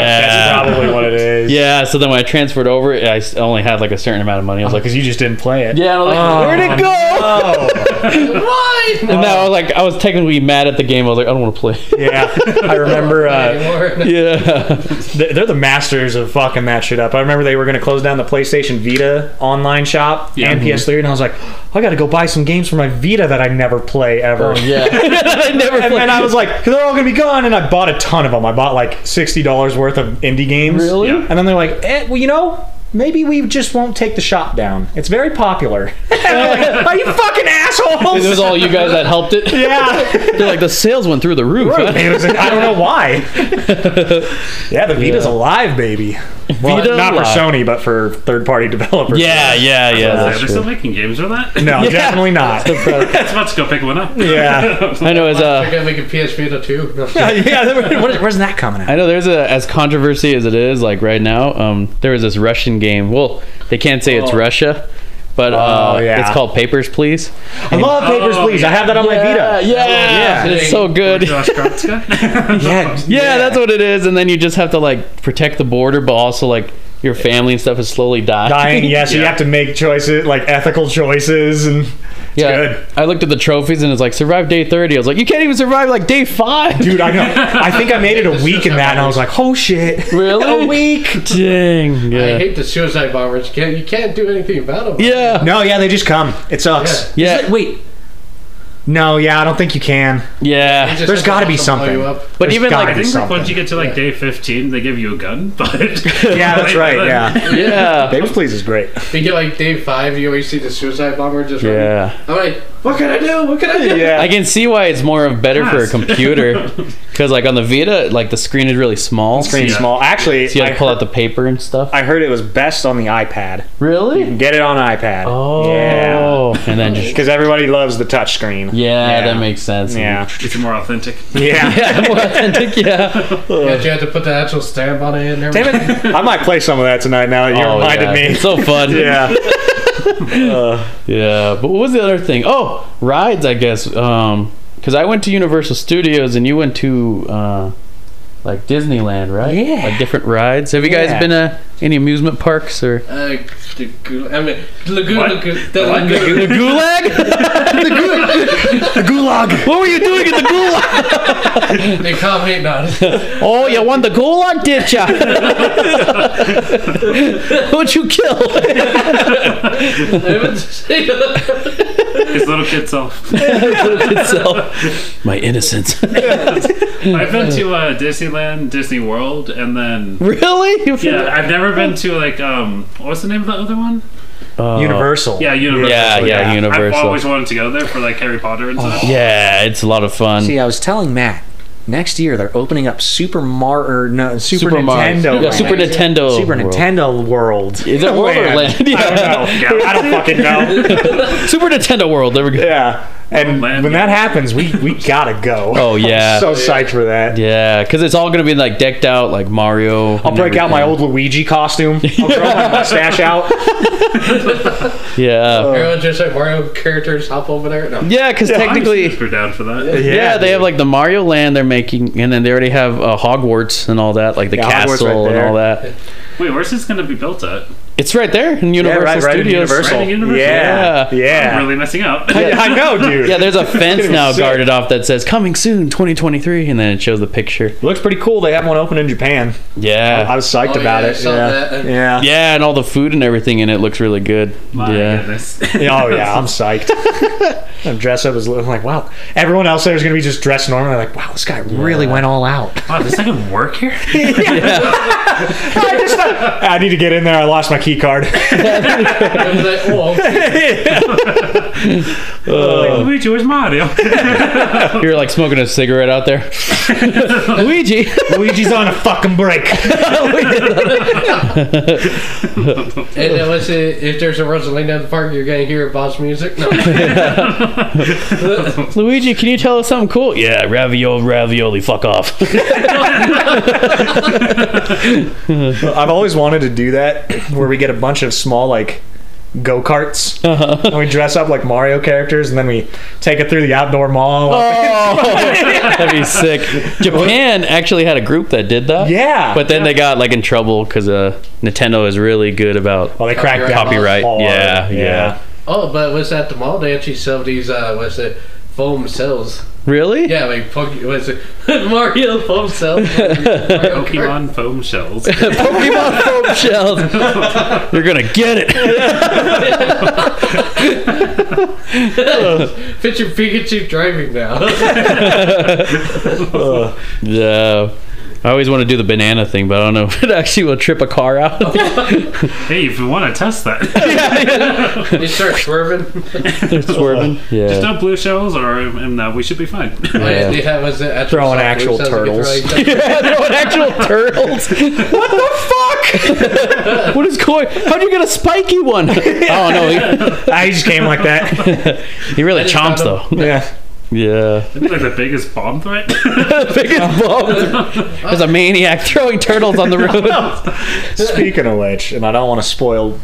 B: Yeah.
A: That's probably what it is.
B: Yeah. So then when I transferred over, I s- only had like a certain amount of money. I was
A: [LAUGHS]
B: like,
A: because you just didn't play it.
B: yeah. And I was like,
A: Oh,
B: where'd it go?
A: Oh.
D: Why?
B: And then I was like, I was technically mad at the game. I was like, I don't want to play.
A: [LAUGHS] yeah. I remember uh,
D: [LAUGHS] Anymore.
B: yeah.
A: They- They're the masters of fucking that shit up. I remember they were going to close down the PlayStation Vita online shop and PS3, and I was like, I got to go buy some games for my Vita that I never play ever.
B: Oh, yeah. I never
A: [LAUGHS] And
B: played.
A: then I was like, they're all going to be gone. And I bought a ton of them. I bought like $60 worth of indie games.
B: really?
C: Yeah.
A: And then they're like, eh, well, you know, maybe we just won't take the shop down. It's very popular. [LAUGHS] And I'm like, Are you fucking assholes?
B: It was all you guys that helped it.
A: [LAUGHS] yeah.
B: They're like, the sales went through the roof.
A: It was- I don't know
B: [LAUGHS]
A: why. Yeah, the Vita's alive, baby. Well,
B: Vita
A: not
B: alive.
A: for Sony, but for third-party developers.
B: [LAUGHS] yeah, yeah, yeah.
C: Are
B: that's
C: they
B: true.
C: still making games with that?
A: No, definitely not.
B: [LAUGHS]
C: [LAUGHS] It's about to go pick one up. [LAUGHS] Oh
A: yeah.
B: I know it's uh,
D: They're gonna make a PS Vita too. No.
A: yeah. Where, where's that coming
B: I
A: out?
B: know there's a as controversy as it is like right now. Um, there was this Russian game. Well, they can't say it's
C: Oh.
B: Russia, but uh,
A: Oh, yeah.
B: it's called Papers, Please.
A: I love Papers,
C: Oh,
A: Please. I have that on my
B: yeah,
A: Vita. Yeah.
B: yeah, it's so good. Yeah, [LAUGHS]
C: Josh Kratzka.
A: Yeah.
B: that's what it is. And then you just have to like protect the border, but also like your family and stuff is slowly dying.
A: Dying. Yeah. So you
C: Yeah.
A: have to make choices, like ethical choices, and it's
B: yeah.
A: good.
B: I looked at the trophies and it's like survive day thirty. I was like, you can't even survive like day five.
A: [LAUGHS] Dude, I know. I think I made it a week in that, and I was like, "Oh shit!" [LAUGHS]
B: Really?
A: a week?
B: Dang.
D: I
B: Yeah.
D: hate the suicide bombers. You can't, you can't do anything about them.
B: Yeah.
A: No, yeah, they just come. It sucks.
B: Yeah.
A: Is it- wait. No, yeah, I don't think you can.
B: Yeah.
D: Just
A: There's
D: have to
A: gotta be
D: watch 'em blow
A: something.
D: you up.
B: but
A: there's
B: even
A: gotta
B: like
C: I think like
A: Something.
C: once you get to like day 15, they give you a gun. [LAUGHS] But
A: [LAUGHS] Yeah, that's right.
B: [LAUGHS]
A: Yeah,
B: yeah.
A: Papers, Please is great.
D: You get like day five, you always see the suicide bomber just running.
B: Yeah.
D: I'm like, what can I do? What can I do?
A: Yeah,
B: I can see why it's more of better for a
A: [LAUGHS]
C: Yes.
B: computer, because like on the Vita, like the screen is really small.
A: pretty
C: Yeah.
A: small. Actually,
B: So you have
A: I
B: to pull
A: heard-
B: out the paper and stuff.
A: I heard it was best on the iPad.
B: Really?
A: Get it on iPad.
B: Oh.
A: yeah.
B: And then just
A: Because everybody loves the touchscreen.
B: yeah,
A: Yeah.
B: that makes sense.
A: Yeah.
C: If you're more authentic.
A: Yeah.
B: [LAUGHS] Yeah, more authentic. [LAUGHS] Yeah.
D: Yeah, you have to put the actual stamp on it and
A: Damn
D: everything.
A: it. I might play some of that tonight now that you
B: Oh,
A: reminded
B: [LAUGHS] yeah.
A: me.
B: It's so fun.
A: yeah.
B: Yeah. But what was the other thing? Oh, rides. I guess. Um, because I went to Universal Studios and you went to uh, like Disneyland, right?
A: Yeah.
B: Like different rides. Have you
A: Yeah.
B: guys been to any amusement parks [LAUGHS] or?
D: [LAUGHS] Uh, the goo- I mean, Lagoon,
C: What?
D: Lagoon, the
C: What?
D: Lagoon.
B: Gulag? [LAUGHS] the
A: The gulag.
B: What were you doing at the gulag?
D: [LAUGHS] They commenting on it.
B: [LAUGHS] Oh, you won the gulag, did [LAUGHS] ya? Who'd you kill?
D: They would [LAUGHS] say-
C: His little
B: [LAUGHS]
C: kid self.
B: Itself. My innocence.
C: I've been to uh, Disneyland, Disney World, and then.
B: really? You feel-
C: Yeah, I've never been to like um, what was the name of the other one?
B: Oh.
A: Universal.
C: Oh, Yeah, Universal.
B: Yeah, yeah,
A: Yeah.
C: I've
B: Universal.
C: always wanted to go there for like Harry Potter and stuff.
B: Oh, yeah, it's a lot of fun.
A: See, I was telling Matt, next year they're opening up Super Mar or no, Super,
B: Mario.
A: Nintendo.
B: Yeah,
A: Land.
B: Super Nintendo.
A: Super
B: World.
A: Nintendo World.
B: Is it World or Land?
A: I don't
C: [LAUGHS] Yeah.
A: know. Dude, I don't fucking know.
B: [LAUGHS] Super Nintendo World. There we go.
A: [LAUGHS] Yeah. And
C: Land,
A: when that
C: yeah.
A: happens, we, we gotta go. [LAUGHS]
B: Oh,
A: I'm
B: yeah.
A: so psyched for that.
B: Yeah, because it's all gonna be like decked out like Mario.
A: I'll break out my old Luigi
B: [LAUGHS]
A: costume. I'll throw my mustache out. [LAUGHS]
B: Yeah.
A: Uh,
D: Everyone just like Mario characters hop over there. No.
B: yeah, because
C: I'm
B: technically.
C: super down for that.
B: [LAUGHS] Yeah, they have like the Mario Land they're making, and then they already have uh, Hogwarts and all that, like the
A: Yeah, Hogwarts
B: castle
A: right
B: and
A: there.
B: all that.
C: Wait, where's this gonna be built at?
B: It's right there in
A: Yeah,
B: Universal
A: right, right in
B: Studios.
A: Universal.
C: Right in Universal.
A: Yeah, yeah.
C: I'm really messing up.
A: Yeah, I know, dude.
B: [LAUGHS] Yeah,
A: [LAUGHS]
B: there's a fence now
A: Sick.
B: guarded off that says "Coming soon, 2023," and then it shows the picture.
A: Looks pretty cool. They have one open in Japan. I
B: Yeah,
A: was psyched
D: Oh,
A: about
D: yeah, I
A: it.
D: saw
A: yeah.
D: that.
A: yeah.
B: yeah, and all the food and everything in it looks really good.
C: [LAUGHS] My
B: yeah,
C: goodness.
A: Yeah, [LAUGHS] Oh yeah, I'm psyched. I'm dressed up as little like wow. Everyone else there's gonna be just dressed normally. Like wow, this guy really went all out.
C: Wow, does that even work here?
B: [LAUGHS]
A: I just thought, I need to get in there. I lost my key [LAUGHS] card.
D: I was like, oh,
C: Like, Luigi, where's
B: [LAUGHS]
C: Mario? [LAUGHS]
B: you're like smoking a cigarette out there, Luigi.
A: Luigi's on a fucking break.
D: and then what's it, if there's a Rosalina in the park, you're gonna hear Bob's music. No.
B: Luigi, can you tell us something cool? Yeah, ravioli, ravioli, fuck off.
A: [LAUGHS] I've always wanted to do that, where we get a bunch of small like go karts and we dress up like Mario characters, and then we take it through the outdoor mall.
B: [LAUGHS] That'd be sick. Japan actually had a group that did that.
A: Yeah.
B: But then they got like in trouble because uh, Nintendo is really good about
A: well, they cracked down
B: copyright.
A: hard.
B: Yeah, yeah.
D: Oh, but what's at the mall? They actually sell these, uh, what's it, foam cells.
B: Really?
D: Yeah, like, Poke- what's it, [LAUGHS] Mario foam cell.
C: Pokemon foam
B: [LAUGHS]
C: shells.
B: Pokemon foam shells. You're gonna get it.
D: Picture Pikachu driving now.
B: Yeah. I always want to do the banana thing, but I don't know if it actually will trip a car out. [LAUGHS]
C: hey, if you want to test that, [LAUGHS]
D: you start swerving.
B: They're swerving. Yeah.
C: just no blue shells, or and, uh, we should be fine. [LAUGHS]
D: Oh, yeah,
B: Yeah.
D: they have, what's it, actual
A: Throwing
D: soft
A: actual
D: blue cells you can throw
B: [LAUGHS]
D: each other.
B: yeah, they're on actual turtles. What the fuck? [LAUGHS] what is going? How'd you get a spiky [LAUGHS] one? oh no,
A: I just came like that. [LAUGHS]
B: he, he really chomps though.
A: Yeah.
B: Yeah.
C: It's like the biggest bomb
B: [LAUGHS]
C: threat. [LAUGHS]
B: biggest bum. There's a maniac throwing turtles on the [LAUGHS] road.
A: Speaking of which, and I don't want to spoil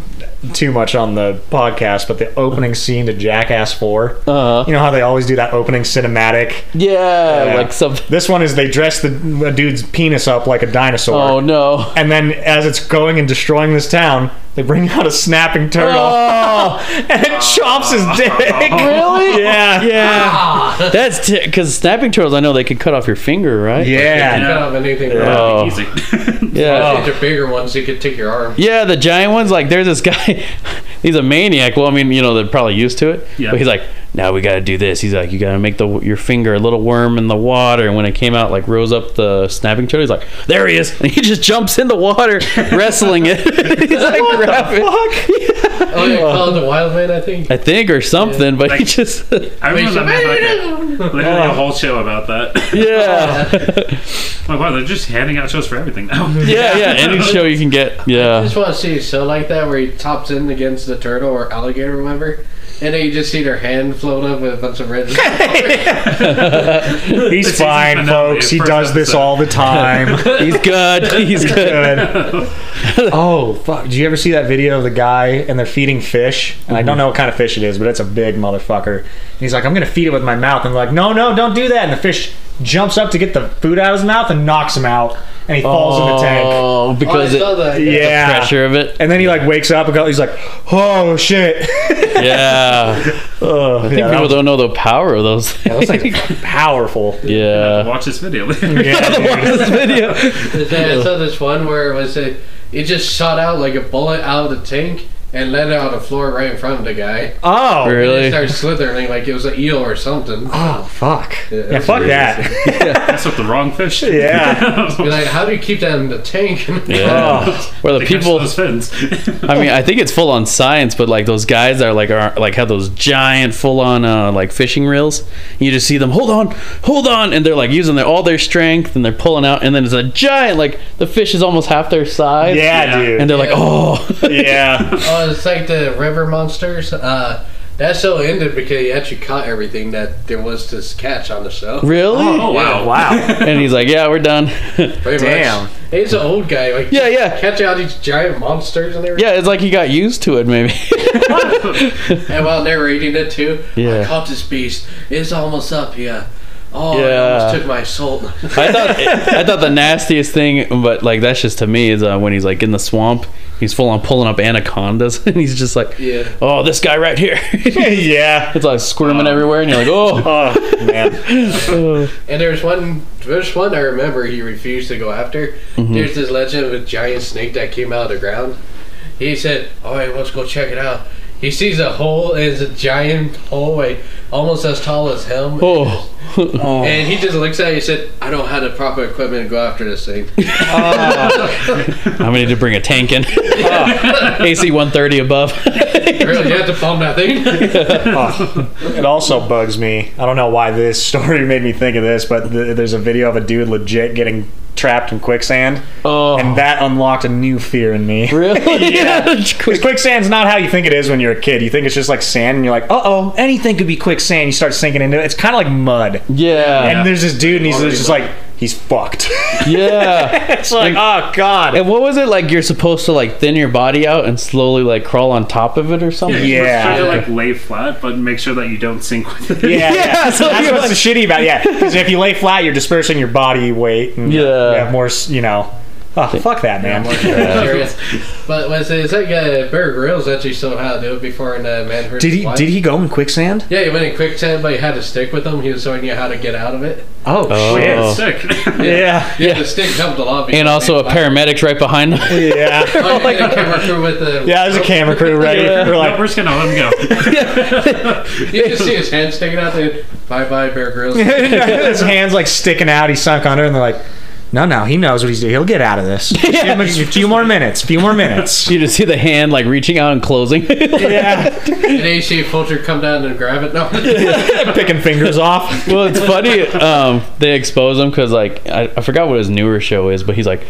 A: too much on the podcast, but the opening scene to Jackass 4.
B: Uh,
A: You know how they always do that opening cinematic?
B: yeah,
A: Yeah.
B: like some.
A: This one is they dress the a dude's penis up like a dinosaur.
B: Oh no.
A: And then as it's going and destroying this town, they bring out a snapping turtle
B: [LAUGHS] Oh,
A: and it chops his dick.
B: really?
A: Yeah.
B: Yeah. That's because snapping turtles. I know they could cut off your finger, right?
A: Yeah.
D: You don't have anything
A: Yeah.
D: wrong.
B: Oh.
C: Easy. [LAUGHS]
B: Yeah.
D: They're bigger ones, you could take
B: [LAUGHS]
D: your arm.
B: Yeah, the giant ones. Like, there's this guy. [LAUGHS] He's a maniac. Well, I mean, you know, they're probably used to it.
C: Yeah.
B: But he's like, now we got to do this. He's like, you got to make the your finger a little worm in the water. And when it came out, like, rose up the snapping turtle. He's like, there he is. And he [LAUGHS] just jumps in
A: [LAUGHS]
B: the water, wrestling it. [LAUGHS] he's like, grabbing.
D: Oh, they call it the wild man, I think.
B: I think, or something. But he
A: [LAUGHS]
C: Like-
B: just, [LAUGHS]
C: I remember that man, like, literally
A: Oh.
C: a whole show about that. [LAUGHS]
B: yeah,
C: like, wow, they're just handing out shows for
A: [LAUGHS]
C: everything now.
B: yeah, yeah. Any show you can get,
D: I
B: yeah.
D: just want to see a show like that where he tops in against the turtle or alligator, or whatever, and then you just see their hand float up with a bunch of red.
A: He's
C: season
A: fine,
C: finale,
A: folks. He
C: first
A: does this
C: episode.
A: all the time.
B: He's good. [LAUGHS] He's good.
A: Good. [LAUGHS] oh fuck! Did you ever see that video of the guy and they're feeding fish? And I
B: Mm-hmm.
A: don't know what kind of fish it is, but it's a big motherfucker. And he's like, "I'm gonna feed it with my mouth," and they're like, "No, no, don't do that!" And the fish jumps up to get the food out of his mouth and knocks him out, and he falls in the tank.
B: Oh,
D: Oh, I
B: because
D: saw
B: it,
D: that.
A: Yeah.
B: pressure of it.
A: And then he like wakes up and goes, he's like, "Oh shit!" [LAUGHS]
B: Yeah.
A: oh, I think yeah, that
B: People
A: was,
B: don't know the power of those.
A: that was,
B: Things. [LAUGHS]
A: like powerful.
B: yeah.
C: [LAUGHS] Watch this video. [LAUGHS]
A: Yeah, dude.
B: this video.
D: I saw this one where it was a, it just shot out like a bullet out of the tank and landed on the floor right in front of the guy.
A: Oh.
B: [LAUGHS]
D: And
B: Really?
D: It started slithering like it was an eel or something.
A: Oh fuck! Yeah,
D: that was
A: fuck
D: really
A: that.
C: That's with the wrong fish. [LAUGHS]
A: Yeah.
D: Be like, how do you keep that in the tank? [LAUGHS]
B: Yeah.
A: Oh,
B: Where the
C: They catch
B: people.
C: those fins. [LAUGHS]
B: I mean, I think it's full on science, but like those guys that are like are like have those giant full on uh, like fishing reels. And you just see them hold on, hold on, and they're like using their all their strength and they're pulling out, and then it's a giant like the fish is almost half their size.
A: yeah,
C: Yeah.
A: dude.
B: And they're like, oh.
A: yeah. [LAUGHS]
D: oh, it's like the river monsters. Uh, that show ended because he actually caught everything that there was to catch on the show.
B: [LAUGHS] Really?
C: Oh
A: [LAUGHS]
C: wow!
A: Wow.
B: And he's like, "Yeah, we're done." [LAUGHS]
D: Pretty
A: Damn.
D: Much. He's an old guy. Like,
B: Yeah, yeah.
D: Catching all these giant monsters and everything.
B: yeah, it's like he got used to it, maybe. [LAUGHS]
D: And while they're eating it too, I
B: Yeah.
D: caught this beast. It's almost up here. Oh, it
B: Yeah.
D: almost took my soul. [LAUGHS]
B: I thought I thought the nastiest thing, but like that's just to me is uh, when he's like in the swamp He's full on pulling up anacondas, [LAUGHS] and he's just like,
D: Yeah.
B: "Oh, this guy right here." [LAUGHS]
A: yeah.
B: it's like squirming everywhere, and you're like, "Oh,
A: [LAUGHS] Oh man.
D: And there's one, there's one I remember he refused to go after.
A: Mm-hmm.
D: There's this legend of a giant snake that came out of the ground. He said, "All right, let's go check it out." He sees a hole. It's a giant hallway, almost as tall as him.
B: oh." [LAUGHS]
D: And he just looks at you and said, "I don't have the proper equipment to go after
A: [LAUGHS]
D: this thing."
B: Uh,
A: Uh.
B: I'm gonna need to bring a tank in. [LAUGHS] AC 130 above. [LAUGHS]
D: [LAUGHS] really, you have to palm
A: [LAUGHS]
D: that thing.
B: [LAUGHS]
A: It also bugs me. I don't know why this [LAUGHS] story made me think of this, but th- there's a video of a dude legit getting trapped in quicksand,
B: oh,
A: and that unlocked a new fear in me.
B: really?
A: Yeah.
B: It's
A: Because
B: quick.
A: quicksand's not how you think it is when you're a kid. You think it's just like sand, and you're like, uh oh, anything could be quicksand. You start sinking into it. It's kind of like mud.
B: [LAUGHS] Yeah,
A: And there's this dude, and he's just like, he's fucked. [LAUGHS]
B: yeah.
A: it's like, oh god.
B: And what was it like? You're supposed to like thin your body out and slowly like crawl on top of it or something.
A: Yeah.
C: [LAUGHS] Just Try to like lay flat, but make sure that you don't sink with it. [LAUGHS]
A: Yeah,
B: [LAUGHS]
A: yeah.
B: so
A: that's
B: you're
A: what's
B: like-
A: the shitty about. it, Yeah, because if you lay flat, you're dispersing your body weight. And
B: Yeah.
A: you have more. s- You know, oh fuck that man.
D: [LAUGHS]
A: [LAUGHS]
D: Serious. but was it, it's like uh, Bear Grylls actually somehow do it before in uh, Man vs.
A: Did he
D: Wild.
A: did he go in quicksand?
D: Yeah, he went in quicksand, but he had a stick with him. He was showing you how to get out of it.
A: Oh,
B: Oh.
A: shit.
C: Sick. [LAUGHS]
A: Yeah,
D: Yeah, the stick helped a lot.
B: And also a
D: [LAUGHS]
B: paramedic's right behind them. [LAUGHS]
A: yeah,
D: Oh, yeah, the camera crew with the
A: yeah. There's a camera
B: [LAUGHS]
A: crew ready.
B: Yeah.
A: We're
C: No,
A: like, [LAUGHS]
C: we're just gonna let him go.
D: [LAUGHS]
C: [LAUGHS]
D: You just see his hand sticking out. There. Bye bye, Bear
A: [LAUGHS]
D: Grylls.
A: his hands like sticking out. He sunk under, and they're like, no, no, he knows what he's doing. He'll get out of
B: [LAUGHS]
A: this. Give him a few more minutes. Few more minutes.
B: You just see the hand like reaching out and closing.
A: [LAUGHS]
B: [LAUGHS]
A: yeah,
D: and then you see Fulcher come down and grab
A: [LAUGHS]
D: it. No,
A: picking fingers [LAUGHS] off.
B: well, it's funny. Um, they expose him because like I, I forgot what his newer show is, but he's like,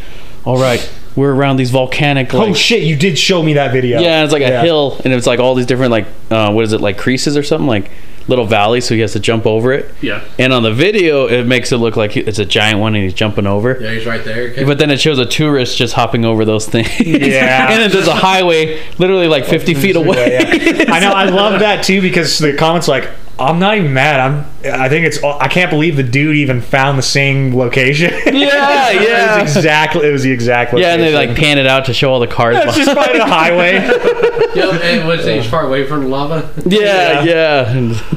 B: "All right, we're around these volcanic like."
A: Oh shit! You did show me that video.
B: Yeah, it's like a
A: Yeah.
B: hill, and it's like all these different like uh, what is it like creases or something like little valleys, so he has to jump over it.
C: Yeah.
B: And on the video, it makes it look like he- it's a giant one, and he's jumping over.
D: yeah, he's right there. Okay.
B: But then it shows a tourist just hopping over those things.
A: Yeah.
B: [LAUGHS] and then there's a highway literally like 50 feet away.
A: [LAUGHS] Yeah. I know. I love that too because the comments like, I'm not even mad. I'm. I think it's. I can't believe the dude even found the same location.
B: [LAUGHS]
A: [LAUGHS]
B: Yeah,
A: It was
B: yeah.
A: exactly. It was the exact. Location.
B: Yeah, and they like pan it out to show all the cars.
A: It's just by the
D: [LAUGHS]
A: highway.
D: Yep, and was he's far away from the lava.
B: yeah, yeah,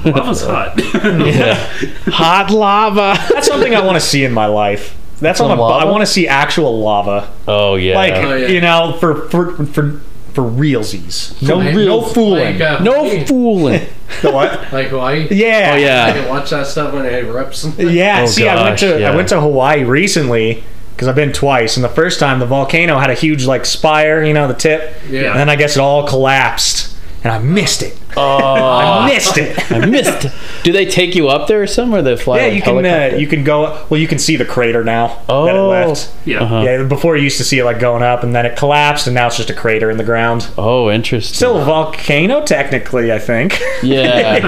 C: That was
A: [LAUGHS]
C: hot. [LAUGHS]
B: yeah. [LAUGHS] Hot lava.
A: That's something I want to see in my life. That's on a.
B: Some
A: bu- I
B: lava?
A: want to see actual lava.
B: Oh yeah.
A: Like
D: Oh, yeah.
A: you know, for for for for realsies. No,
D: Like-
A: no fooling.
D: Like, uh,
B: no [LAUGHS]
D: Hawaii.
B: fooling.
A: The what?
D: like Hawaii.
A: Yeah.
B: Oh
D: I
B: yeah.
D: can watch that stuff when it erupts. [LAUGHS]
A: Yeah,
B: Oh,
A: see, I went
B: gosh,
A: to
B: yeah.
A: I went to Hawaii recently because I've been twice, and the first time the volcano had a huge like spire, you know, the tip.
D: Yeah.
A: And then I guess it all collapsed, and I missed it.
D: Ah.
B: Oh,
A: I missed
D: [LAUGHS]
A: it.
B: I missed. Do they take you up there or somewhere? They fly.
A: yeah,
B: like,
A: you can uh,
B: helicopter?
A: you can go. Well, you can see the crater now that it
B: Oh.
A: left.
C: Yeah.
B: Uh-huh.
A: Yeah, before you used to see it like going up, and then it collapsed, and now it's just a crater in the ground.
B: Oh, interesting.
A: Still a volcano, technically, I think.
B: Yeah.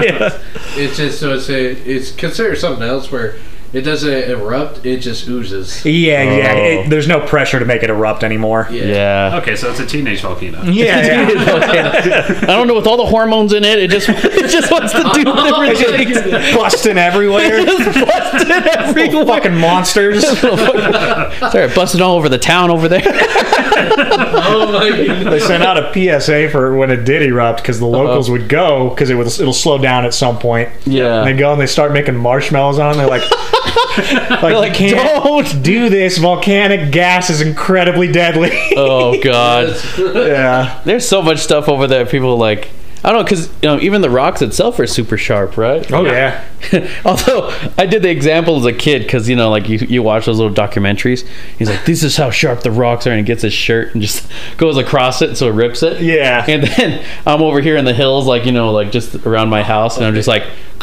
A: [LAUGHS] Yeah.
D: It's just so it's a, it's considered something else where it doesn't erupt. It
A: [LAUGHS]
D: just oozes.
A: Yeah, yeah.
B: Oh.
A: It, there's no pressure to make it erupt anymore.
D: Yeah.
B: yeah.
C: Okay, so it's a teenage volcano.
B: [LAUGHS]
A: Yeah, yeah.
B: I don't know. With all the hormones in it, it just [LAUGHS] it just wants to
A: [LAUGHS]
B: do different things. [LAUGHS]
A: busting everywhere.
B: Just
A: [LAUGHS]
B: busted
A: Little
B: everywhere.
A: fucking monsters.
B: [LAUGHS] Sorry, busted all over the town over
A: [LAUGHS]
B: there.
D: Oh my goodness. [LAUGHS]
A: they sent out a PSA for when it did erupt because the locals would go because it would it'll slow down at some point. And they
B: Yeah.
A: go and they start making marshmallows on. 'em. They're
B: [LAUGHS]
A: like, like, you
B: like,
A: can't do this. Volcanic gas is incredibly
B: [LAUGHS]
A: deadly.
B: [LAUGHS]
A: [LAUGHS]
B: Oh God.
A: yeah,
B: There's so much stuff over there. People like. I don't know, cause you know, even the rocks itself are super sharp, right?
A: oh yeah,
B: [LAUGHS] Although I did the example as a kid, because you know, like you, you watch those little documentaries. He's like, "This is how sharp the rocks are," and he gets his shirt and just [LAUGHS] goes across it, so it rips it.
A: yeah.
B: And then I'm over here in the hills, like you know, like just around my house, and I'm just like, [LAUGHS]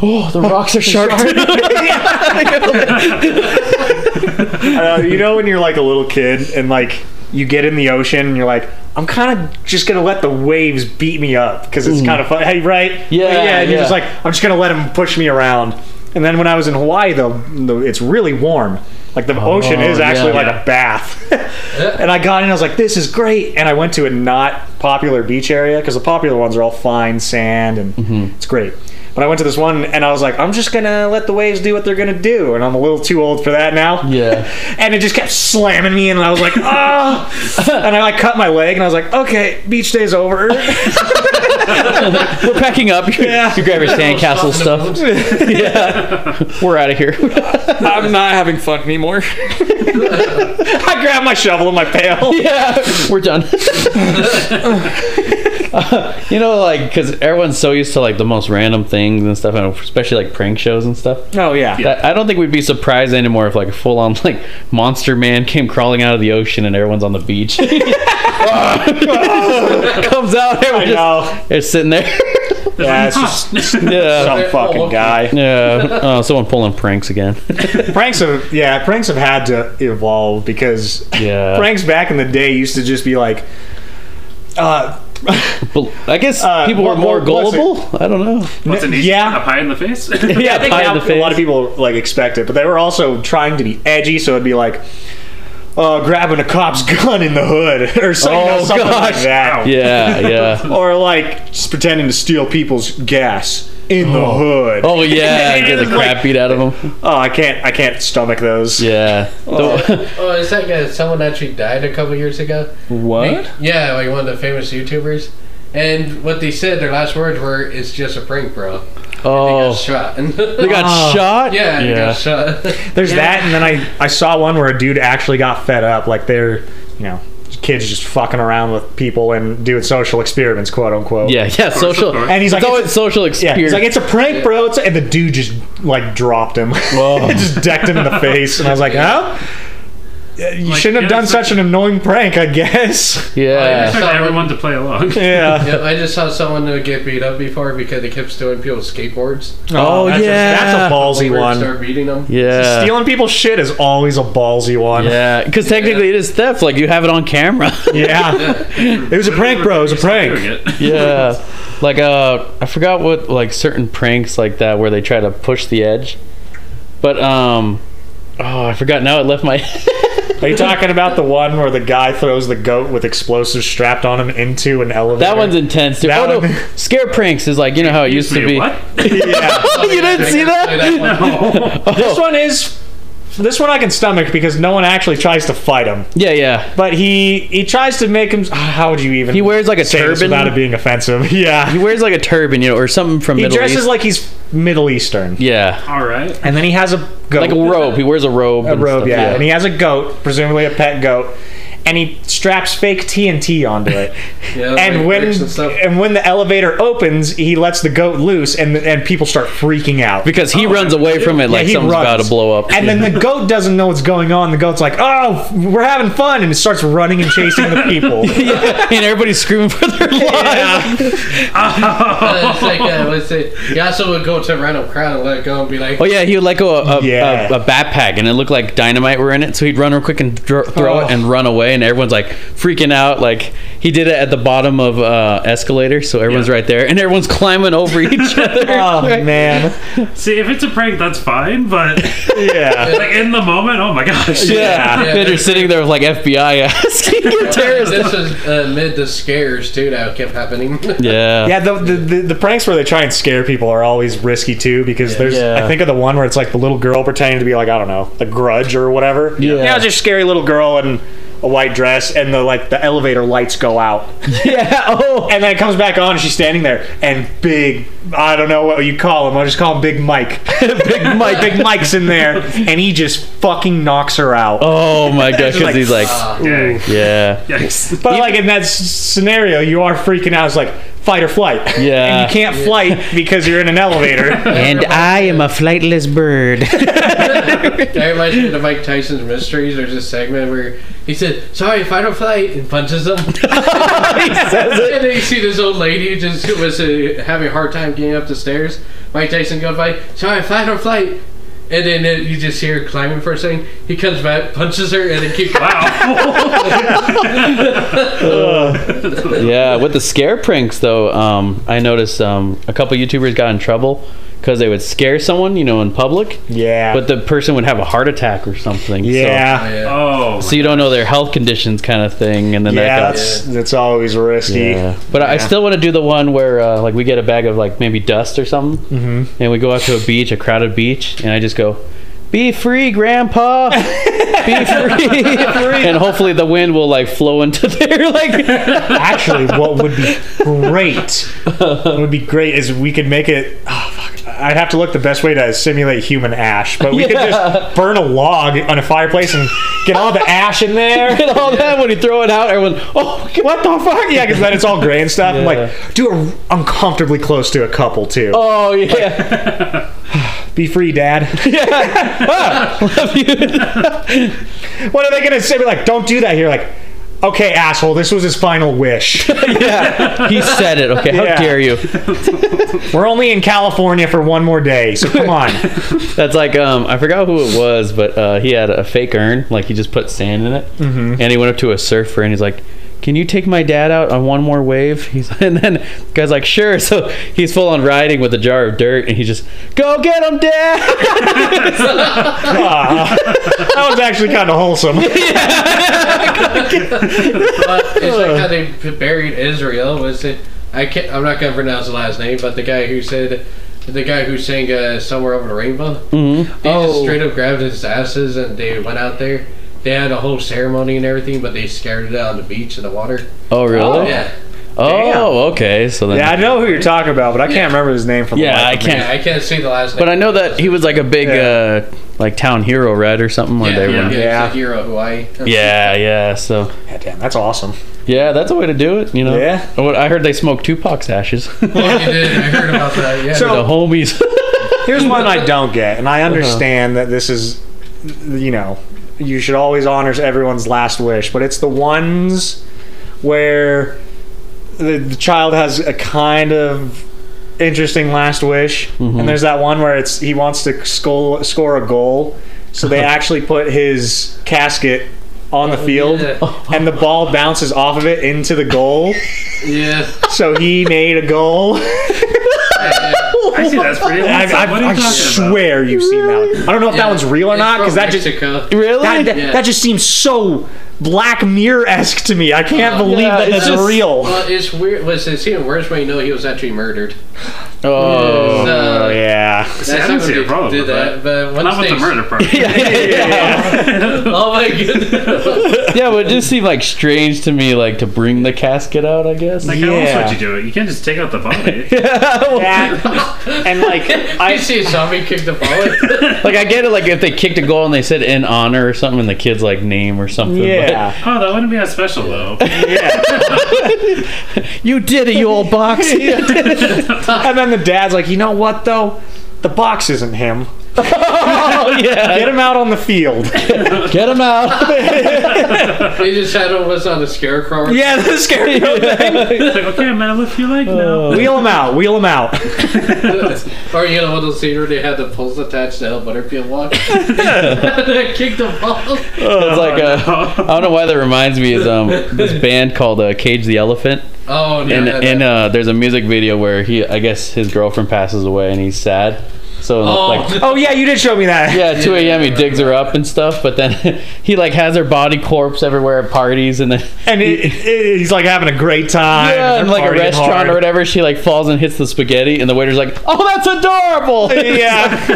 B: "Oh, the rocks are sharp." [LAUGHS]
A: [LAUGHS] Uh, you know when you're like a little kid and like you get in the ocean and you're like. I'm kind of just gonna let the waves beat me up because it's kind of fun, hey, right?
B: Yeah,
A: yeah. And you're
B: yeah.
A: just like, I'm just gonna let them push me around. And then when I was in Hawaii, though, the- it's really warm. Like the ocean is
B: Oh, yeah.
A: actually like
C: Yeah.
A: a bath. [LAUGHS] and I got in, I was like, this is great. And I went
B: Mm-hmm.
A: to a not popular beach area because the popular ones are all fine sand and it's great. But I went to this one and I was like, I'm just gonna let the waves do what they're gonna do, and I'm a little too old for that now.
B: Yeah.
A: [LAUGHS] and it just kept slamming me, and I was like,
B: [LAUGHS]
A: ah. and I like cut my leg, and I was like, okay, beach day's over. [LAUGHS]
B: [LAUGHS] We're packing up. You,
A: Yeah. [LAUGHS]
B: you grab your sandcastle
D: Soften
B: stuff. yeah. We're out of here.
A: [LAUGHS] I'm not having fun
B: [LAUGHS]
A: anymore. I grabbed my shovel and my
B: [LAUGHS]
A: pail.
B: yeah.
A: [LAUGHS]
B: We're done. Uh, you know, like, because everyone's so used to, like, the most random things and stuff, and especially, like, prank shows and stuff.
A: Oh yeah.
B: That, I don't think we'd be surprised anymore if like a full on like monster man came crawling out of the ocean and everyone's on the
A: [LAUGHS]
B: beach. [LAUGHS] Comes out,
A: I
B: everyone just Oh,
A: know.
B: they're sitting there.
A: Yeah,
B: [LAUGHS]
A: it's just
B: yeah.
A: some fucking guy.
B: [LAUGHS] Yeah. Oh, someone pulling pranks again. [LAUGHS]
A: Pranks have yeah, pranks have had to evolve because
B: Yeah.
A: pranks back in the day used to just be like, uh,
B: But I guess
A: Uh,
B: people were
A: what-
B: more
A: what was it?
B: gullible. I don't know.
C: What's an easy
A: Yeah.
C: A pie in the face? [LAUGHS]
B: Yeah,
A: I think
B: pie in
A: now
B: the
A: a
B: face.
A: lot of people like expect it, but they were also trying to be edgy, so it'd be like. Uh, grabbing a cop's [LAUGHS] gun in the hood, or something,
B: Oh,
A: something like
B: gosh.
A: that,
B: Yeah,
A: [LAUGHS]
B: yeah.
A: or like just pretending to steal people's gas in the hood.
B: Oh
A: [LAUGHS]
B: yeah, and get the
A: It's like-
B: crap beat out of them.
A: Oh, I can't, I can't stomach those.
B: Yeah.
D: [LAUGHS]
B: The-
D: Oh, is that guy? Someone actually died a couple years ago.
B: what?
D: Yeah, like one of the famous YouTubers. And what they said, their last words were, "It's just a prank, bro." They got
B: Oh,
D: shot. [LAUGHS]
B: they got
A: Oh.
B: shot.
D: yeah, they
B: Yeah.
D: got shot. [LAUGHS]
A: There's that, and then I, I saw one where a dude actually got fed up. Like they're, you know, kids just fucking around with people and doing social experiments, quote unquote.
B: Yeah. Yeah. Social.
C: course.
A: And he's like,
B: it's always
A: it's-
B: social
A: Yeah,
B: experience.
A: he's like, it's a prank, bro. It's and the dude just like dropped him, [LAUGHS] just decked him in
B: [LAUGHS]
A: the face, and I was like, huh? You
C: Like,
A: shouldn't have
C: yeah,
A: done
C: it's
A: such an annoying prank, I
B: [LAUGHS]
A: guess.
B: yeah.
C: Expect everyone to play along.
A: Yeah.
D: Yep, I just saw someone uh, get beat up before because they kept stealing people's skateboards.
B: Oh,
A: that's
B: yeah.
A: a, that's a ballsy
D: We'd
A: one.
D: Start beating them.
B: Yeah.
A: Stealing people's shit is always a ballsy one.
B: Yeah, because technically it is theft. Like you have it on camera.
A: [LAUGHS]
B: [LAUGHS]
A: Yeah. it
C: [LAUGHS]
A: was a prank, bro. It was a prank. [LAUGHS]
B: yeah, like uh, I forgot what like certain pranks like that where they try to push the edge, but um, oh, I forgot now. It left my [LAUGHS]
A: Are you talking about the one where the guy throws the goat with explosives strapped on him into an elevator?
B: that one's intense. Dude.
A: That
B: oh
A: one-
B: no, scare pranks is like you know how it used to be.
C: What?
B: [LAUGHS]
A: yeah.
D: Oh,
B: you didn't see that? [LAUGHS] Oh.
A: This one is. This one I can stomach because no one actually tries to fight him.
B: Yeah, yeah.
A: But he he tries to make him. [SIGHS] How would you even?
B: He wears like a
A: say this
B: turban.
A: without it being offensive. [LAUGHS] Yeah.
B: He wears like a turban, you know, or something from
A: He
B: Middle
A: dresses
B: East.
A: like he's Middle Eastern,
B: yeah,
C: [LAUGHS] All right.
A: and then he has a goat,
B: like a robe. He wears a robe.
A: a robe, yeah.
B: yeah.
A: and he has a goat, presumably a pet goat, and he straps fake TNT onto it.
D: [LAUGHS] Yeah,
A: and
D: like
A: when
D: bricks and stuff.
A: and when the elevator opens, he lets the goat loose, and and people start freaking out.
B: Because he runs away from it like
A: he
B: something's
A: runs.
B: about to blow up.
A: And
B: [LAUGHS]
A: then the goat doesn't know what's going on. The goat's like, "Oh, we're having fun," and it starts running and chasing the
B: [LAUGHS]
A: people.
B: yeah. and everybody's screaming
A: [LAUGHS]
B: for their lives.
D: [LAUGHS] Uh, it's like,
C: [LAUGHS]
D: uh, let's say, he also would go to a random crowd and let go and be like,
B: Oh yeah, he would let go of a,
A: Yeah.
B: a, a backpack, and it looked like dynamite were in it. So he'd run real quick and dr- throw
A: Oh.
B: it and run away, and everyone's like freaking out. Like he did it at the bottom of uh, escalator, so everyone's
C: Yeah.
B: right there, and everyone's climbing
A: [LAUGHS]
B: over each other. [LAUGHS]
A: Oh man,
C: See, if it's a prank, that's fine, but
A: [LAUGHS] yeah.
C: [LAUGHS] like in the moment, oh my gosh. [LAUGHS]
B: Yeah,
D: Yeah.
B: then you're sitting there with like FBI [LAUGHS] asking your terrorist.
D: This was uh, mid the scares too. That kept happening. [LAUGHS]
A: [LAUGHS]
B: Yeah,
A: Yeah, the, the, the, the pranks where they try and scare people are always risky too because there's
B: Yeah.
A: I think of the one where it's like the little girl pretending to be like I don't know the grudge or whatever.
B: Yeah.
A: it was just a scary little girl in a white dress and the like the elevator lights go out
B: yeah. Oh,
A: and then it comes back on and she's standing there and big I don't know what you call him I will just call him Big
B: [LAUGHS]
A: Mike Big Mike Big Mike's in there and he just fucking knocks her out. [LAUGHS]
B: oh my gosh, because
A: like,
B: he's like,
C: Dang.
B: yeah,
C: Yikes.
A: But like in that s- scenario, you are freaking out. It's like fight or flight.
B: Yeah.
A: and you can't flight because you're in an
B: [LAUGHS]
A: elevator.
B: and I am a flightless bird.
D: That reminds me of the Mike Tyson's Mysteries. There's a segment where he said, "Sorry, fight or flight," and punches him. and then you see this old lady who just who was uh, having a hard time getting up the stairs. Mike Tyson goes by, "Sorry, fight or flight," and then uh, you just hear her climbing for a second. He comes back, punches her, and then keeps.
C: Wow.
B: yeah, with the scare pranks though, um, I noticed um, a couple YouTubers got in trouble because they would scare someone, you know, in public.
A: Yeah.
B: But the person would have a heart attack or something. so-
A: yeah.
D: Yeah.
C: [LAUGHS] Oh,
B: So, you don't know their health conditions, kind of thing, and then
A: yeah,
B: that got
A: that's that's always risky.
B: Yeah. But I I
A: Yeah.
B: still want to do the one where uh, like we get a bag of like maybe dust or something, and we go out to a beach, a crowded beach, and I just go, "Be free, Grandpa! [LAUGHS] Be free!" and hopefully the wind will like flow into [LAUGHS] there. Like,
A: Actually, what would be
B: [LAUGHS]
A: great what would be great is we could make it. Oh, fuck. I'd have to look the best way to simulate human ash, but we could just burn a log on a fireplace and get all the ash in there.
B: and all that when you throw it out, everyone, [LAUGHS] "Oh,
A: What the fuck? Yeah, because then it's all gray and stuff. I'm like, do it uncomfortably close to a couple too.
B: oh [LAUGHS] yeah,
A: Be free, Dad. [LAUGHS]
B: Ah, love [LAUGHS] you."
A: what are they gonna say? Be like, don't do that here. Like, okay, asshole. This was his final wish.
B: yeah, he said it. Okay,
A: Yeah.
B: how dare you?
A: We're only in California for one more day, so come
B: [LAUGHS]
A: on.
B: That's like um, I forgot who it was, but uh, he had a fake urn, like he just put sand in it, mm-hmm. and he went up to a surfer and he's like, "Can you take my dad out on one more wave?" [LAUGHS] He's and then the guy's like, "Sure." [LAUGHS] So he's full on riding with a jar of dirt, and he just, "Go get him, dad!" [LAUGHS]
A: Aw. Uh, that was actually kind of wholesome.
D: But it's like how they p- buried Israel. Was it? I can't. I'm not gonna pronounce the last name, but the guy who said, the guy who sang uh, "Somewhere Over the Rainbow,"
B: Mm-hmm.
D: they just straight up grabbed his asses and they went out there. They had a whole ceremony and everything, but they scared it out on the beach in the water.
B: Oh
D: Oh,
B: really?
D: yeah,
B: Oh, okay. So then,
A: Yeah, I know who you're talking about, but I can't remember his name from.
B: Yeah, I can't.
D: yeah. I can't see the last name,
B: But I know that he was like a big uh, like town hero, right, or something. Where
D: Yeah,
B: they
D: yeah,
B: were.
D: yeah.
A: Yeah.
D: It's a hero Hawaii. [LAUGHS]
B: Yeah, yeah. So
A: God damn, that's awesome.
B: yeah, that's a way to do it. You know.
A: Yeah.
B: What I heard they smoked Tupac's ashes. [LAUGHS]
D: Well, you did. I heard about that. Yeah.
A: So-
B: the homies. [LAUGHS]
A: Here's one I don't get, and I understand that this is, you know, you should always honor everyone's last wish, but it's the ones where the, the child has a kind of interesting last wish, and there's that one where it's he wants to score score a goal, so they actually put his casket on the field,
D: yeah.
A: and the ball bounces off of it into the goal,
D: yeah.
A: so he made a goal. [LAUGHS]
C: I see that's [LAUGHS] pretty.
A: I,
C: awesome.
A: I,
C: what are you
A: I
C: talking about?
A: swear you've seen that. One. I don't know if that one's real or
D: It's
A: not
D: from
A: because that just
D: Mexico.
B: Really?
A: that, that,
D: Yeah.
A: that just seems so Black Mirror esque to me. I can't believe
B: yeah,
A: that
B: it's
A: that's
B: just-
A: real.
D: Well, it's weird. Was it's even worse when you know he was actually murdered.
B: oh.
A: Oh
D: So,
A: yeah.
C: See, I don't
D: not
C: see a problem
D: do
C: with
D: that.
C: that.
D: But once
C: Not with
D: they,
C: the murder
A: [LAUGHS]
C: part.
B: Yeah, yeah,
D: [LAUGHS] Oh [LAUGHS] my goodness.
B: [LAUGHS] yeah, but it just seemed like strange to me, like to bring the casket out. I guess. [LAUGHS]
C: Like, how else
A: Yeah.
C: would you do it? You can't just take out
A: [LAUGHS]
C: the body.
A: That- and like
D: [LAUGHS] I
A: I
D: see a zombie kick the ball. [LAUGHS]
B: like I get it. Like if they kicked a goal and they said in honor or something, and the kid's like name or something.
A: yeah
C: Oh, that wouldn't be that special
A: [LAUGHS]
C: though.
A: yeah.
B: But you did it, you old box.
A: And then the dad's like, you know what though, the box isn't him.
B: Oh yeah.
A: Get him out on the field.
B: [LAUGHS] Get him [LAUGHS] out.
D: they just had him was on the scarecrow.
A: yeah, the [LAUGHS] scary.
C: It's like, okay, man, I lift your leg now. [LAUGHS]
A: Wheel him out. Wheel him out.
D: [LAUGHS] Or you know the scene where they had the poles attached to help Butterfield
A: [LAUGHS]
D: walk. [LAUGHS] They kicked the ball.
B: it's like
C: [LAUGHS]
B: uh,
C: Oh.
B: I don't know why that reminds me is um this band called uh, Cage the Elephant.
D: Oh no.
B: and
D: no, no.
B: and uh, there's a music video where he, I guess, his girlfriend passes away and he's sad. So
D: oh,
B: like,
A: Oh yeah, you did show me that.
B: yeah, at 2 a.m. he digs her up and stuff, but then [LAUGHS] he like has her body corpse everywhere at parties and then
A: And it, it- he's like having a great time.
B: yeah,
A: They're
B: in like a
A: partying
B: restaurant
A: hard.
B: or whatever, she like falls and hits the spaghetti and the waiter's like, "Oh, that's adorable."
A: [LAUGHS]
B: [LAUGHS]
A: yeah.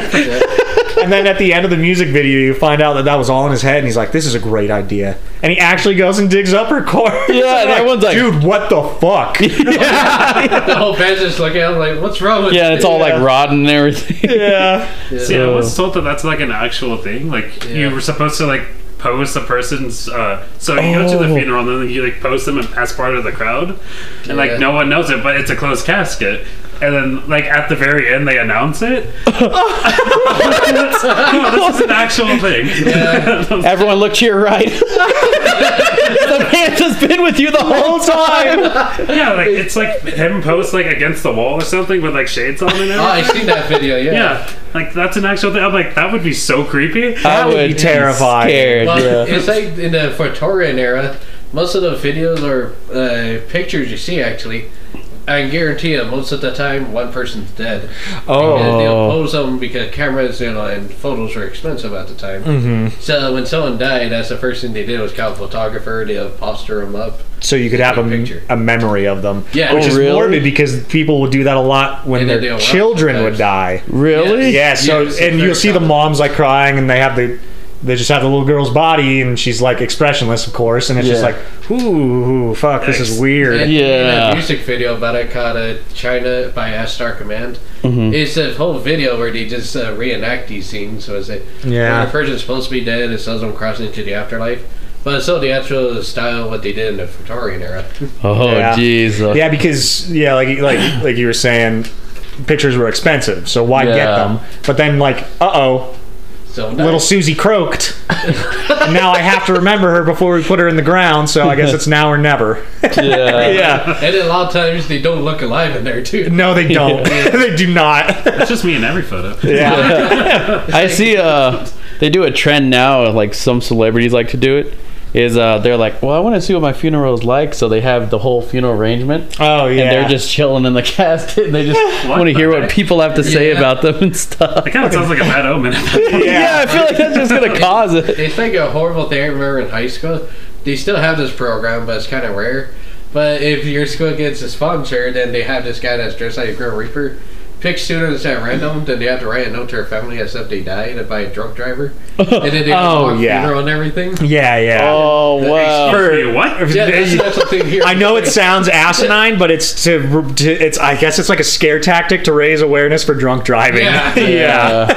A: and then at the end of the music video, you find out that that was all in his head, and he's like, "This is a great idea." And he actually goes and digs up her corpse.
B: Yeah,
A: [LAUGHS] I'm
B: and everyone's like-
A: "Dude, what the
B: [LAUGHS]
A: fuck?"
D: [LAUGHS] the whole band's just looking at him like, what's wrong with
B: Yeah,
D: you?
B: and it's all
A: Yeah.
B: like rotten and
A: [LAUGHS]
B: everything. [LAUGHS]
A: yeah,
C: See, I was told that that's like an actual thing. Like you
D: Yeah.
C: were supposed to like pose the person's. Uh, so you go to the
B: Oh.
C: funeral and then you like pose them as part of the crowd, and
D: Yeah.
C: like no one knows it, but it's a closed casket. And then like at the very end they
D: [LAUGHS]
C: announce it. [LAUGHS] no, this is an actual thing.
B: Everyone look to your
A: [LAUGHS]
B: right. the man has been with you the whole time.
C: [LAUGHS] yeah, like it's like him post like against the wall or something with like shades on and everything.
D: Oh, I seen that video. [LAUGHS] Yeah.
C: yeah, like that's an actual thing. I'm like that would be so creepy.
D: Uh,
B: I
A: would be terrified.
B: Scared.
D: Well,
B: yeah.
D: it's like in the Victorian era, most of the videos or uh, pictures you see actually, I guarantee you, most of the time, one person's dead.
A: Oh,
D: And they'll pose them because cameras you know, and photos were expensive at the time. Mm-hmm. So when someone died, that's the first thing they did was call a photographer to poster them up.
A: so you could have
D: Picture.
A: a, a memory of them.
D: Yeah.
A: which
D: Oh,
A: is
B: really?
A: morbid because people would do that a lot when
D: And they do
A: their
D: it
A: children
D: wrong
A: would die.
B: Really?
A: Yeah, so
D: Yes,
A: and
D: very
A: you'll see the
D: common.
A: moms like crying, and they have the they just have the little girl's body, and she's like expressionless, of course, and it's just
B: Yeah.
A: like, ooh, fuck, this is
C: Yikes.
A: weird.
D: And In
B: Yeah.
D: a music video about it called uh, China by S Star Command. It's a whole video where they just uh, reenact these scenes. So it's like,
A: Yeah.
D: when a person's supposed to be dead, it shows them crossing into the afterlife. But it's still the actual style of what they did in the Victorian era.
B: Oh,
A: Yeah.
B: jeez.
A: Yeah, because yeah, like like like you were saying, pictures were expensive, so why get
B: Yeah.
A: them? But then like, uh oh,
D: So
A: little Susie
B: [LAUGHS]
A: croaked, and now I have to remember her before we put her in the ground. So I guess it's now or never.
B: Yeah.
A: [LAUGHS] yeah.
D: and a lot of times they don't look alive in there too.
A: No, they don't. [LAUGHS] they do not.
C: That's just me in every photo.
A: yeah.
B: I see. Uh, they do a trend now. Like some celebrities like to do it. Is uh, they're like, well, I want to see what my funeral is like, so they have the whole funeral arrangement,
A: Oh yeah.
B: and they're just chilling in the casket, [LAUGHS] and they just
C: What
B: want to
C: the
B: hear what
C: heck?
B: people have to say
D: Yeah.
B: about them and stuff.
C: [LAUGHS] It kind of sounds like a bad omen.
D: [LAUGHS]
B: Yeah, I feel like that's just gonna cause it.
D: It's like a horrible thing I remember in high school. They still have this program, but it's kind of rare. But if your school gets a sponsor, then they have this guy that's dressed like a Grim Reaper. Pick students at random, then they have to write a note to their family as if they died and by a drunk driver. And
A: [LAUGHS]
D: then they
A: Oh,
D: walk
A: yeah.
D: funeral and everything.
A: yeah. Yeah.
B: [LAUGHS] Oh wow.
C: For what?
A: [LAUGHS]
D: Yeah, that's, [LAUGHS] that's the thing here.
A: I know it sounds asinine, but it's to, to it's I guess it's like a scare tactic to raise awareness for drunk driving.
D: Yeah.
A: [LAUGHS] Yeah.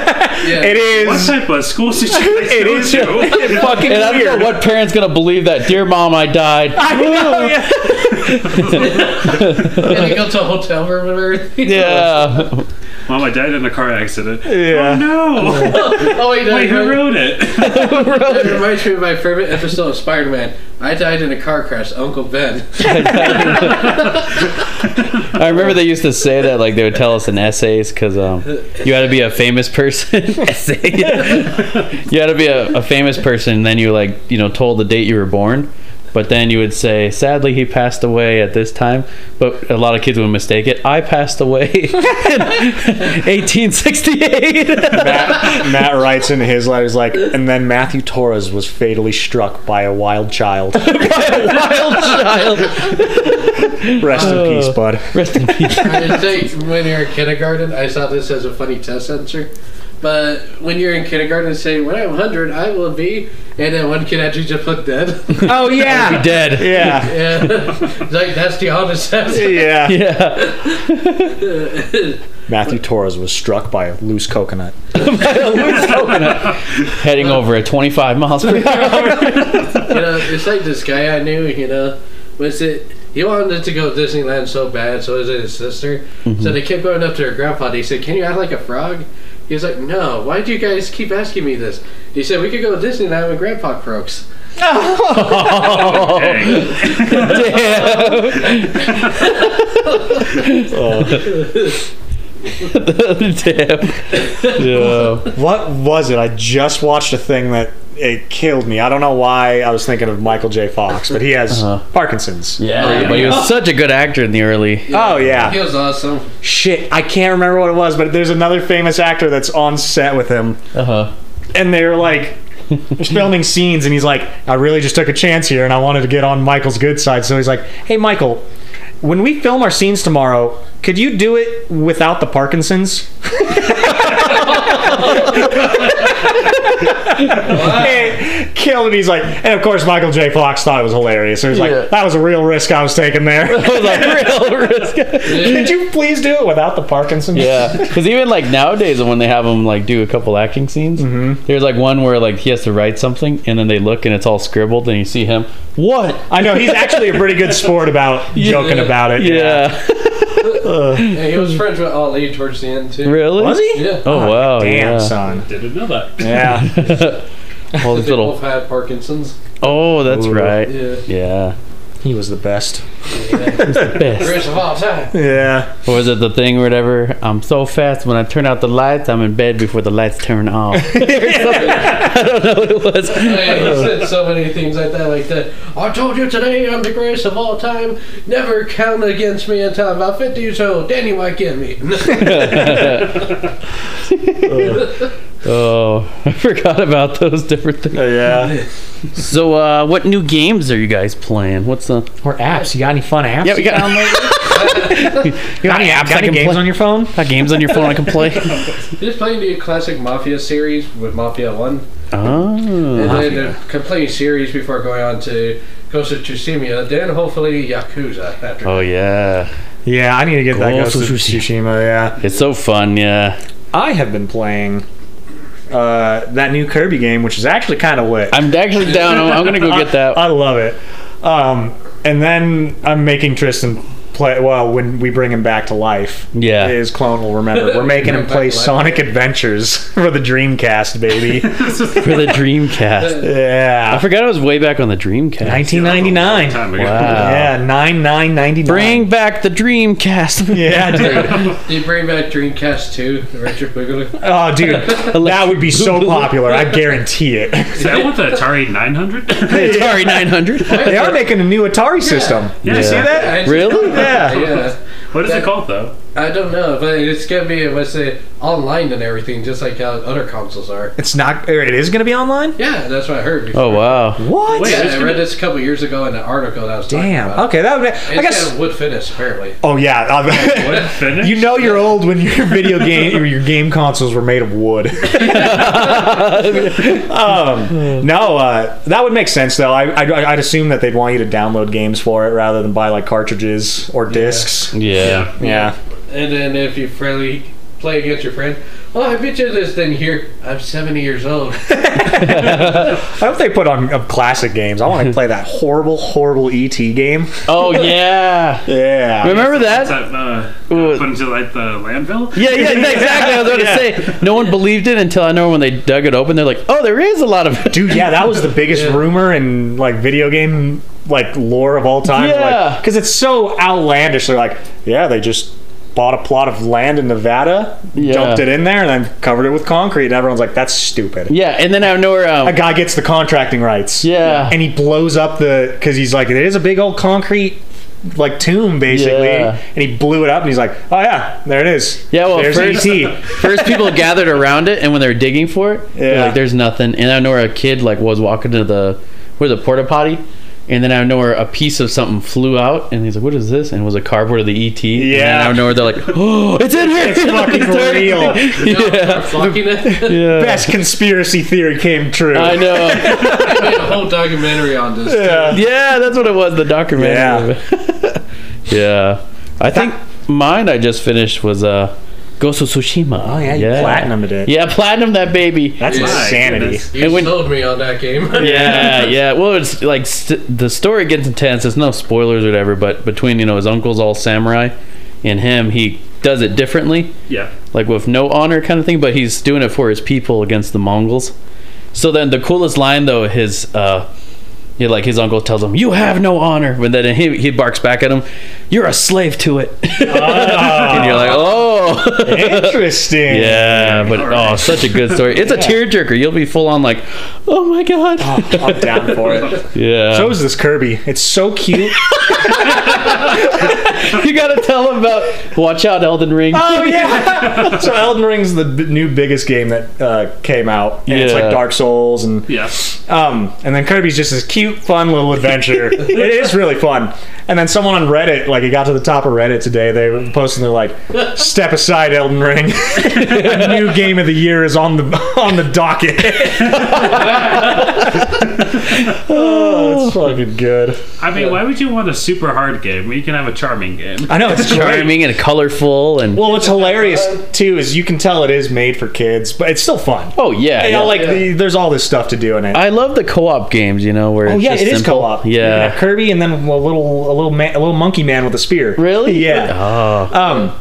D: Yeah.
A: It
C: What
A: is.
C: type of school situation?
A: [LAUGHS] It is
C: You?
A: fucking
B: And I don't
A: weird.
B: know what parent's gonna believe that. Dear mom, I died.
A: I know, yeah.
D: And they go to a hotel room and everything. [LAUGHS]
B: Yeah.
C: Mom, I died in a car accident.
A: Yeah. [LAUGHS]
C: Oh no!
D: Oh, wait,
C: Wait, who
D: no,
C: wrote it? [LAUGHS]
D: it reminds me of my favorite episode of Spider Man. I died in a car crash, Uncle Ben.
B: I remember they used to say that, like they would tell us in essays, because um, you had to be a famous person. [LAUGHS] Essay. you had to be a, a famous person, and then you like you know told the date you were born, but then you would say, sadly, he passed away at this time. But a lot of kids would mistake it. I passed away [LAUGHS] in 1868.
A: Matt, Matt writes in his letters like, and then Matthew Torres was fatally struck [LAUGHS] by a wild child.
B: Wild child.
A: [LAUGHS] Rest in peace, bud.
B: Rest in peace.
D: I think when you're in kindergarten, I saw this as a funny test answer. But when you're in kindergarten, say, when I'm 100, I will be. And then one kid actually just put dead. [LAUGHS]
A: Oh yeah,
B: Dead.
A: yeah,
D: yeah. It's like, that's the honest answer.
A: yeah.
B: Yeah.
A: Matthew Torres was struck by a loose coconut.
B: Heading over at 25 miles [LAUGHS] per hour.
D: You know, it's like this guy I knew, you know, was it. He wanted to go to Disneyland so bad, so is his sister. So they kept going up to her grandpa. They said, Can you act like a frog? He was like, No, why do you guys keep asking me this? He said, We could go to Disneyland with grandpa croaks.
A: Oh.
C: Dang.
B: Damn. Damn. Yeah.
A: What was it? I just watched a thing that it killed me. I don't know why I was thinking of Michael J. Fox, but he has Parkinson's.
B: Yeah, but he was such a good actor in the early.
A: Oh yeah.
D: He was awesome.
A: Shit, I can't remember what it was, but there's another famous actor that's on set with him,
B: Uh huh.
A: and they're like. They're
B: [LAUGHS]
A: filming scenes, and he's like, "I really just took a chance here, and I wanted to get on Michael's good side." So he's like, "Hey, Michael, when we film our scenes tomorrow, could you do it without the Parkinson's?" [LAUGHS] It Killed, and he's like, and of course, Michael J. Fox thought it was hilarious. So he's
B: Yeah.
A: like, "That was a real risk I was taking there.
B: It [LAUGHS] was like real risk.
A: could you please do it without the Parkinson's?"
B: Yeah, because even like nowadays, when they have him like do a couple acting scenes,
A: Mm-hmm.
B: there's like one where like he has to write something, and then they look and it's all scribbled, and you see him. What?
A: I know he's actually a pretty good sport
B: [LAUGHS]
A: about joking about it.
B: Yeah.
D: Yeah, he was friends with Ali towards the end too.
B: really?
A: Was he? Ah,
D: Yeah.
B: Oh, wow.
A: Damn,
B: yeah.
A: son.
C: [LAUGHS] Didn't know that.
A: Yeah.
B: [LAUGHS] All these
D: They
A: [LAUGHS]
B: little.
D: both had Parkinson's.
B: Oh, that's
A: Ooh.
B: right.
D: Yeah.
B: Yeah.
A: He was the best.
B: Best.
D: Greatest of
A: [LAUGHS]
D: all time.
A: Yeah.
B: Or is it the thing, or whatever? I'm so fast when I turn out the lights, I'm in bed before the lights turn off. [LAUGHS] Or something. I don't know what it was.
D: Yeah, he said so many things like that, like that. I told you today I'm the greatest of all time. Never count against me until I'm about 50 years old. Then you
A: [LAUGHS]
D: might get me.
B: [LAUGHS] Oh, I forgot about those different things.
A: Yeah.
B: So, uh, what new games are you guys playing? What's the?
A: Or apps. You got any fun apps?
B: Yeah, we got-
A: you download? You got any apps
B: I
A: got any
B: can
A: games
B: play?
A: on your phone?
B: Got games on your phone I can play?
D: Just playing the classic Mafia series with Mafia 1. And
B: Oh,
D: then the complete series before going on to Ghost of Tsushima. Then hopefully Yakuza after.
B: oh yeah,
A: Yeah, I need to get that
B: Ghost
A: Ghost
B: of
A: of Tsushima. Yeah.
B: it's so fun. Yeah,
A: I have been playing uh, that new Kirby game, which is actually kind of lit.
B: I'm actually down. I'm, I'm gonna go get that.
A: I love it. Um, and then I'm making Tristan play. Well, when we bring him back to life,
B: Yeah.
A: his clone will remember. We're making him [LAUGHS]
D: Back
A: play
D: to life.
A: Sonic Adventures [LAUGHS] for the Dreamcast, baby. [LAUGHS]
B: for the Dreamcast.
A: yeah,
B: I forgot I was way back on the Dreamcast.
A: 1999.
B: Wow.
A: Yeah, nine nine ninety nine.
B: Bring back
A: [LAUGHS]
B: the Dreamcast.
A: Yeah, dude.
B: [LAUGHS]
D: Do you bring back Dreamcast 2, the Richard Boogaloo?
A: Oh, dude, that would be
B: [LAUGHS]
A: so popular. I guarantee it.
C: Is that what the Atari 900? yeah,
B: Sorry, 900.
A: They are making a new Atari system.
C: I see
B: Yeah.
C: that?
D: I-
A: Yeah.
B: really?
D: Yeah.
C: [LAUGHS] What is it called though?
D: I don't know, but it's gonna be let's say online and everything, just like how other consoles are.
A: It's not. or It is going to be online.
D: Yeah, that's what I heard. Before.
B: Oh wow.
A: What?
C: Wait,
D: Yeah,
C: it's
D: I
C: gonna-
D: read this a couple years ago in an article that I was talking
A: Damn.
D: about.
A: Okay, that would. Be,
D: It's
A: I guess.
D: got wood finish apparently.
A: Oh yeah. [LAUGHS] uh,
C: What finish?
A: You know you're old when your video game or your game consoles were made of wood. [LAUGHS] um, no, uh, that would make sense though. I, I, I'd assume that they'd want you to download games for it rather than buy like cartridges or discs. Yeah.
B: Yeah.
D: And then if you friendly play against your friend, well, I bet you this thing here. I'm 70 years old.
A: I hope they put on uh, classic games. I
B: [LAUGHS]
A: want to play that horrible, horrible ET game.
B: Oh yeah.
A: Yeah.
B: Remember
C: Is
B: that?
C: that uh,
B: Ooh.
C: put into like the landfill?
B: Yeah, yeah, exactly. I was about
A: Yeah.
B: to say. No one believed it until I know when they dug it open. They're like, "Oh, there is a lot of [LAUGHS]
A: Dude, yeah, that was the biggest rumor in like video game like lore of all time.
B: Yeah.
A: because it's so outlandish. They're like, yeah, they just bought a plot of land in Nevada,
B: Yeah.
A: dumped it in there, and then covered it with concrete. And everyone's like, that's stupid.
B: Yeah, and then out of nowhere, um,
A: A guy gets the contracting rights.
B: Yeah.
A: and he blows up the because he's like, it is a big old concrete. Like tomb, basically,
B: Yeah.
A: and he blew it up, and he's like, "Oh yeah, there it is."
B: Yeah, well,
A: there's
C: E
A: E
B: first-
A: ET.
B: first people gathered around it, and when they were digging for it, they're
A: Yeah.
B: like, "There's nothing." And out of nowhere, a kid like was walking to the where the porta potty, and then out of nowhere, a piece of something flew out, and he's like, "What is this?" And it was a cardboard of the ET. and then
A: Yeah.
B: out of nowhere, they're like, "Oh, [LAUGHS] it's in here!
A: It's fucking real.
D: yeah.
B: [LAUGHS] yeah,
D: Flocking it.
B: yeah.
A: Best conspiracy theory came true.
B: I know.
D: I made a whole documentary on this.
A: Yeah.
B: Yeah, that's what it was. The documentary. Yeah. [LAUGHS] yeah. I think mine I just finished was uh, Ghost of Tsushima.
A: Oh yeah, you platinumed it.
B: Yeah, platinum that baby.
A: That's
D: Yeah.
A: insanity.
B: [LAUGHS]
C: goodness.
D: You
B: And when-
D: sold me on that game.
B: yeah,
D: [LAUGHS]
B: yeah. Well, it's like st- the story gets intense. There's no spoilers or whatever, but between you know his uncle's all samurai, and him, he does it differently,
C: Yeah.
B: like with no honor kind of thing. But he's doing it for his people against the Mongols. So then the coolest line though, his uh, yeah, like his uncle tells him, "You have no honor," but then he he barks back at him, "You're a slave to it," [LAUGHS]
A: Oh.
B: and you're like, "Oh." [LAUGHS]
A: Interesting.
B: Yeah, but
C: Alright.
B: oh, such a good story. It's a tearjerker. You'll be full on like, oh my god.
A: I'm down for
B: Um,
A: it.
B: yeah.
A: So is this Kirby. It's so cute.
B: you gotta tell him about watch out elden ring
A: oh yeah. so Elden Ring's the b- new biggest game that uh, came out, and it's
B: Yeah.
A: like Dark Souls, and
C: Yeah.
A: um, and then Kirby's just this cute, fun little adventure. it is really fun. And then someone on Reddit, like, it got to the top of Reddit today. They were posting, they're like, "Step aside, Elden Ring. [LAUGHS] A new game of the year is on the on the docket." [LAUGHS] oh, that's fucking good.
C: I mean, why would you want a super hard game when you can have a
A: [LAUGHS]
C: charming game?
A: I know it's charming.
B: charming and colorful and
A: Well, what's hilarious too is you can tell it is made for kids, but it's still fun.
B: oh yeah,
A: You
B: yeah.
A: know, like the, there's all this stuff to do in it.
B: i love the co-op games you know where
A: oh
B: it's
A: yeah,
B: just
A: it is
B: simple.
A: co-op. You can have
B: yeah
A: Kirby and then a little a little man, a little monkey man with a spear.
B: really
A: Yeah.
B: oh
A: Um,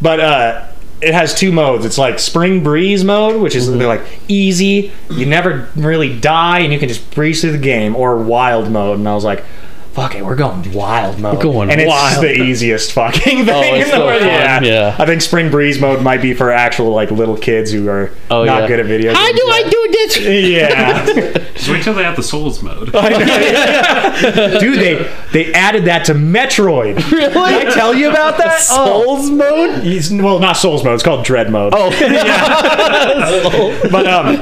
A: but uh, it has two modes. It's like spring breeze mode, which
B: Mm-hmm.
A: is like easy. You never really die, and you can just breeze through the game, or wild mode. And I was like, fuck it, we're going wild mode.
B: going
A: and it's
B: wild.
A: the easiest fucking thing
B: Oh, it's
A: in the
B: so
A: world.
B: fun, yeah.
A: I think spring breeze mode might be for actual like little kids who are
B: Oh,
A: not
B: yeah.
A: good at video.
B: How
A: games
B: do I do this?
A: [LAUGHS] yeah,
C: Just wait till they have the
A: [LAUGHS]
C: Souls mode.
A: dude, they they added that to Metroid.
B: [LAUGHS] Really?
A: Did I tell you about
B: [LAUGHS]
A: that? Oh. [LAUGHS]
B: Souls mode?
A: He's- well, not Souls mode. It's called Dread mode.
B: Oh,
A: But [LAUGHS] um,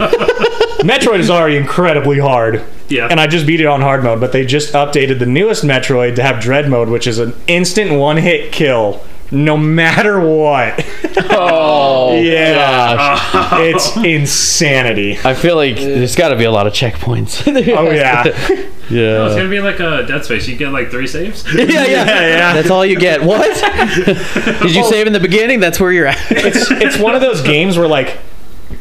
A: Metroid is already incredibly hard.
C: Yeah.
A: And I just beat it on hard mode, but they just updated the newest Metroid to have Dread mode, which is an instant one hit kill. No matter [LAUGHS] what,
B: oh
A: Yeah.
B: gosh.
A: it's insanity.
B: I feel like there's got to be a lot of checkpoints.
A: [LAUGHS] Oh yeah,
C: No,
A: [LAUGHS]
B: [LAUGHS]
C: it's
B: yeah.
C: gonna be like a Dead Space. You get like three saves.
B: Yeah, yeah, [LAUGHS]
A: yeah. Oh.
B: That's all you get.
A: [LAUGHS]
B: What? Did you save in the beginning? That's where you're at.
A: it's it's one of those games where like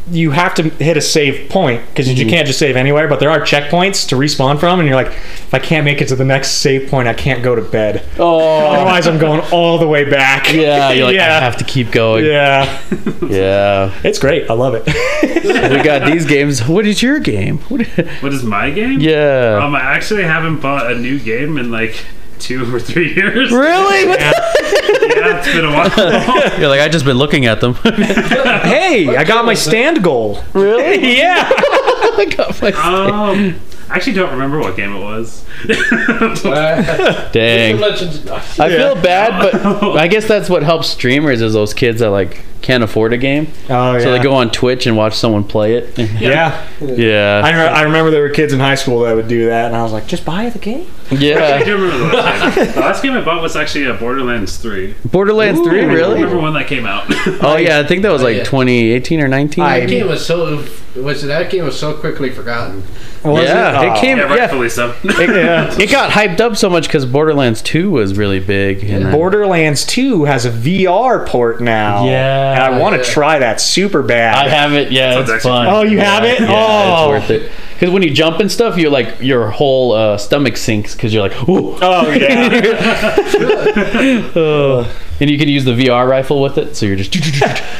A: you have to hit a save point because
B: Mm-hmm.
A: you can't just save anywhere. But there are checkpoints to respawn from, and you're like, if I can't make it to the next save point, I can't go to bed.
B: Oh,
A: Otherwise, I'm going all the way back.
B: [LAUGHS] yeah. You're like,
A: yeah.
B: I have to keep going.
A: yeah.
B: yeah.
A: It's great. I
B: [LAUGHS]
A: love it.
B: we got these games. What is your game? What-
C: What is my
B: [LAUGHS]
C: game?
B: yeah.
C: Um, I actually haven't bought a new game in like two or three years.
B: really?
C: [LAUGHS]
B: What
C: Yeah, it's been
B: [LAUGHS]
C: a while.
B: the- You're like, I just been looking at [LAUGHS] them.
A: hey, I got my stand goal.
B: really?
A: [LAUGHS] Yeah.
B: I got my-
C: um, I actually don't remember what game it was. [LAUGHS]
B: Dang.
D: [LAUGHS] Legends. No.
B: I feel bad,
A: [LAUGHS]
B: but I guess that's what helps streamers is those kids that like can't afford a game,
A: Oh yeah.
B: so they go on Twitch and watch someone play it.
A: Yeah, I,
B: [LAUGHS] yeah,
A: re- I remember there were kids in high school that would do that, and I was like, just buy the game.
C: I
B: yeah.
A: [LAUGHS]
C: do remember the last game. The last game I bought was actually a Borderlands 3.
B: Borderlands Three,
C: I
B: really?
C: remember when that came out. [LAUGHS]
B: Oh yeah, I think that was like
D: yeah.
B: 2018 or 19.
A: I-
D: That game was so was that game was so quickly forgotten.
A: Was
B: yeah, it,
A: Oh.
B: came.
C: yeah,
B: Yeah,
C: rightfully so.
B: [LAUGHS]
C: [LAUGHS]
A: Yeah.
B: it got hyped up so much because Borderlands Two was really big. And then-
A: Borderlands 2 has a VR port now.
B: Yeah.
A: And I want to
D: Yeah.
A: try that super bad.
B: I have it. Yeah,
C: Sounds
B: it's
C: actually
B: fun.
A: fun. Oh, you
B: Yeah,
A: have it?
B: Yeah,
A: Oh.
B: it's worth it. Because when you jump and stuff, you're like your whole uh, stomach sinks because you're like, ooh.
A: oh, yeah.
B: And you can use the VR rifle with it, so you're
A: [LAUGHS]
B: just.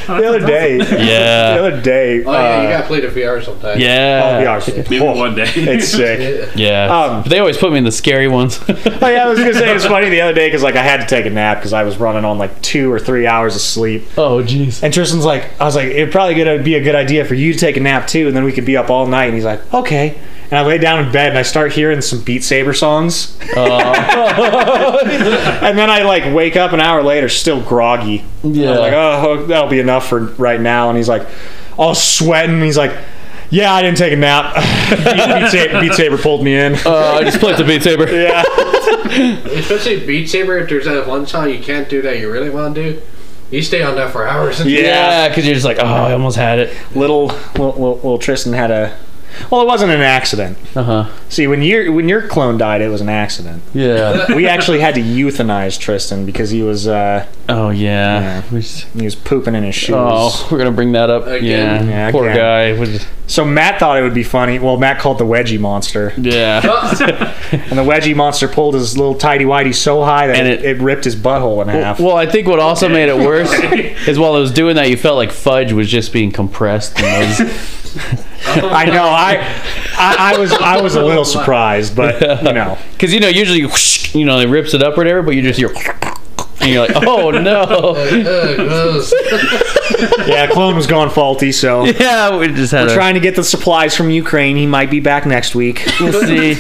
A: [LAUGHS] the other day.
B: [LAUGHS] Yeah.
A: The other day.
D: Oh yeah, you gotta play the VR sometime.
B: Yeah.
A: uh, VR.
C: Maybe
A: Oh,
C: one day.
A: [LAUGHS]
C: [LAUGHS]
A: It's
D: [LAUGHS]
A: sick.
D: Yeah.
B: Yeah.
A: Um,
B: but they always put me in the scary ones.
A: Oh, yeah, I was gonna say it's funny the other day because like I had to take a nap because I was running on like two or three hours of sleep.
B: [LAUGHS] oh, jeez.
A: [LAUGHS] And Tristan's like, I was like, it'd probably gonna be a good idea for you to take a nap too, and then we could be up all night. And he's like, okay. And I lay down in bed and I start hearing some Beat Saber
D: [LAUGHS]
A: songs.
B: Uh,
A: and then I like wake up an hour later, still groggy. I was
B: Yeah.
A: like, oh, that'll be enough for right now. And he's like, all sweating. He's like, yeah, I didn't take a nap. [LAUGHS] Beat, Saber, Beat Saber pulled me [LAUGHS] in.
B: Uh, I just played the Beat Saber.
A: yeah.
D: Especially Beat Saber, if there's that one song you can't do that you really want to do, you stay on that for hours. [LAUGHS]
A: Yeah.
B: Yeah, because you're just like, oh, I almost had it.
A: Little, little, little, little Tristan had a. Well, it wasn't an accident.
B: Uh huh.
A: See, when your when your clone died, it was an accident. [LAUGHS]
B: Yeah.
A: we actually had to euthanize Tristan because he was uh,
B: Oh yeah.
A: Yeah.
B: We just-
A: he was pooping in his shoes.
B: Oh, we're gonna bring that up.
D: Again.
B: Yeah.
A: Yeah, I
B: Poor
A: can't.
B: guy. We just-
A: So Matt thought it would be funny. Well, Matt called the wedgie monster, [LAUGHS]
B: yeah.
D: Oh.
A: and the wedgie monster pulled his little tidy whitey so high that
B: And
A: it,
B: it-
A: it ripped his butthole in half.
B: Well, I think what also made
A: [LAUGHS]
B: it worse is while I was doing that, you felt like fudge was just
A: [LAUGHS]
B: being compressed. And I was-
A: I know. I, I I was I was a little surprised, but you know,
B: Cause you know usually you, [LAUGHS] you know it rips it up or whatever, but you just you're [LAUGHS] and you're like, oh no.
D: [LAUGHS]
B: [LAUGHS]
D: Ugh, gross. [LAUGHS]
A: yeah, clone was going faulty. So
B: Yeah, we just had a
A: trying to get the supplies from Ukraine. He might be back next week.
B: We'll see.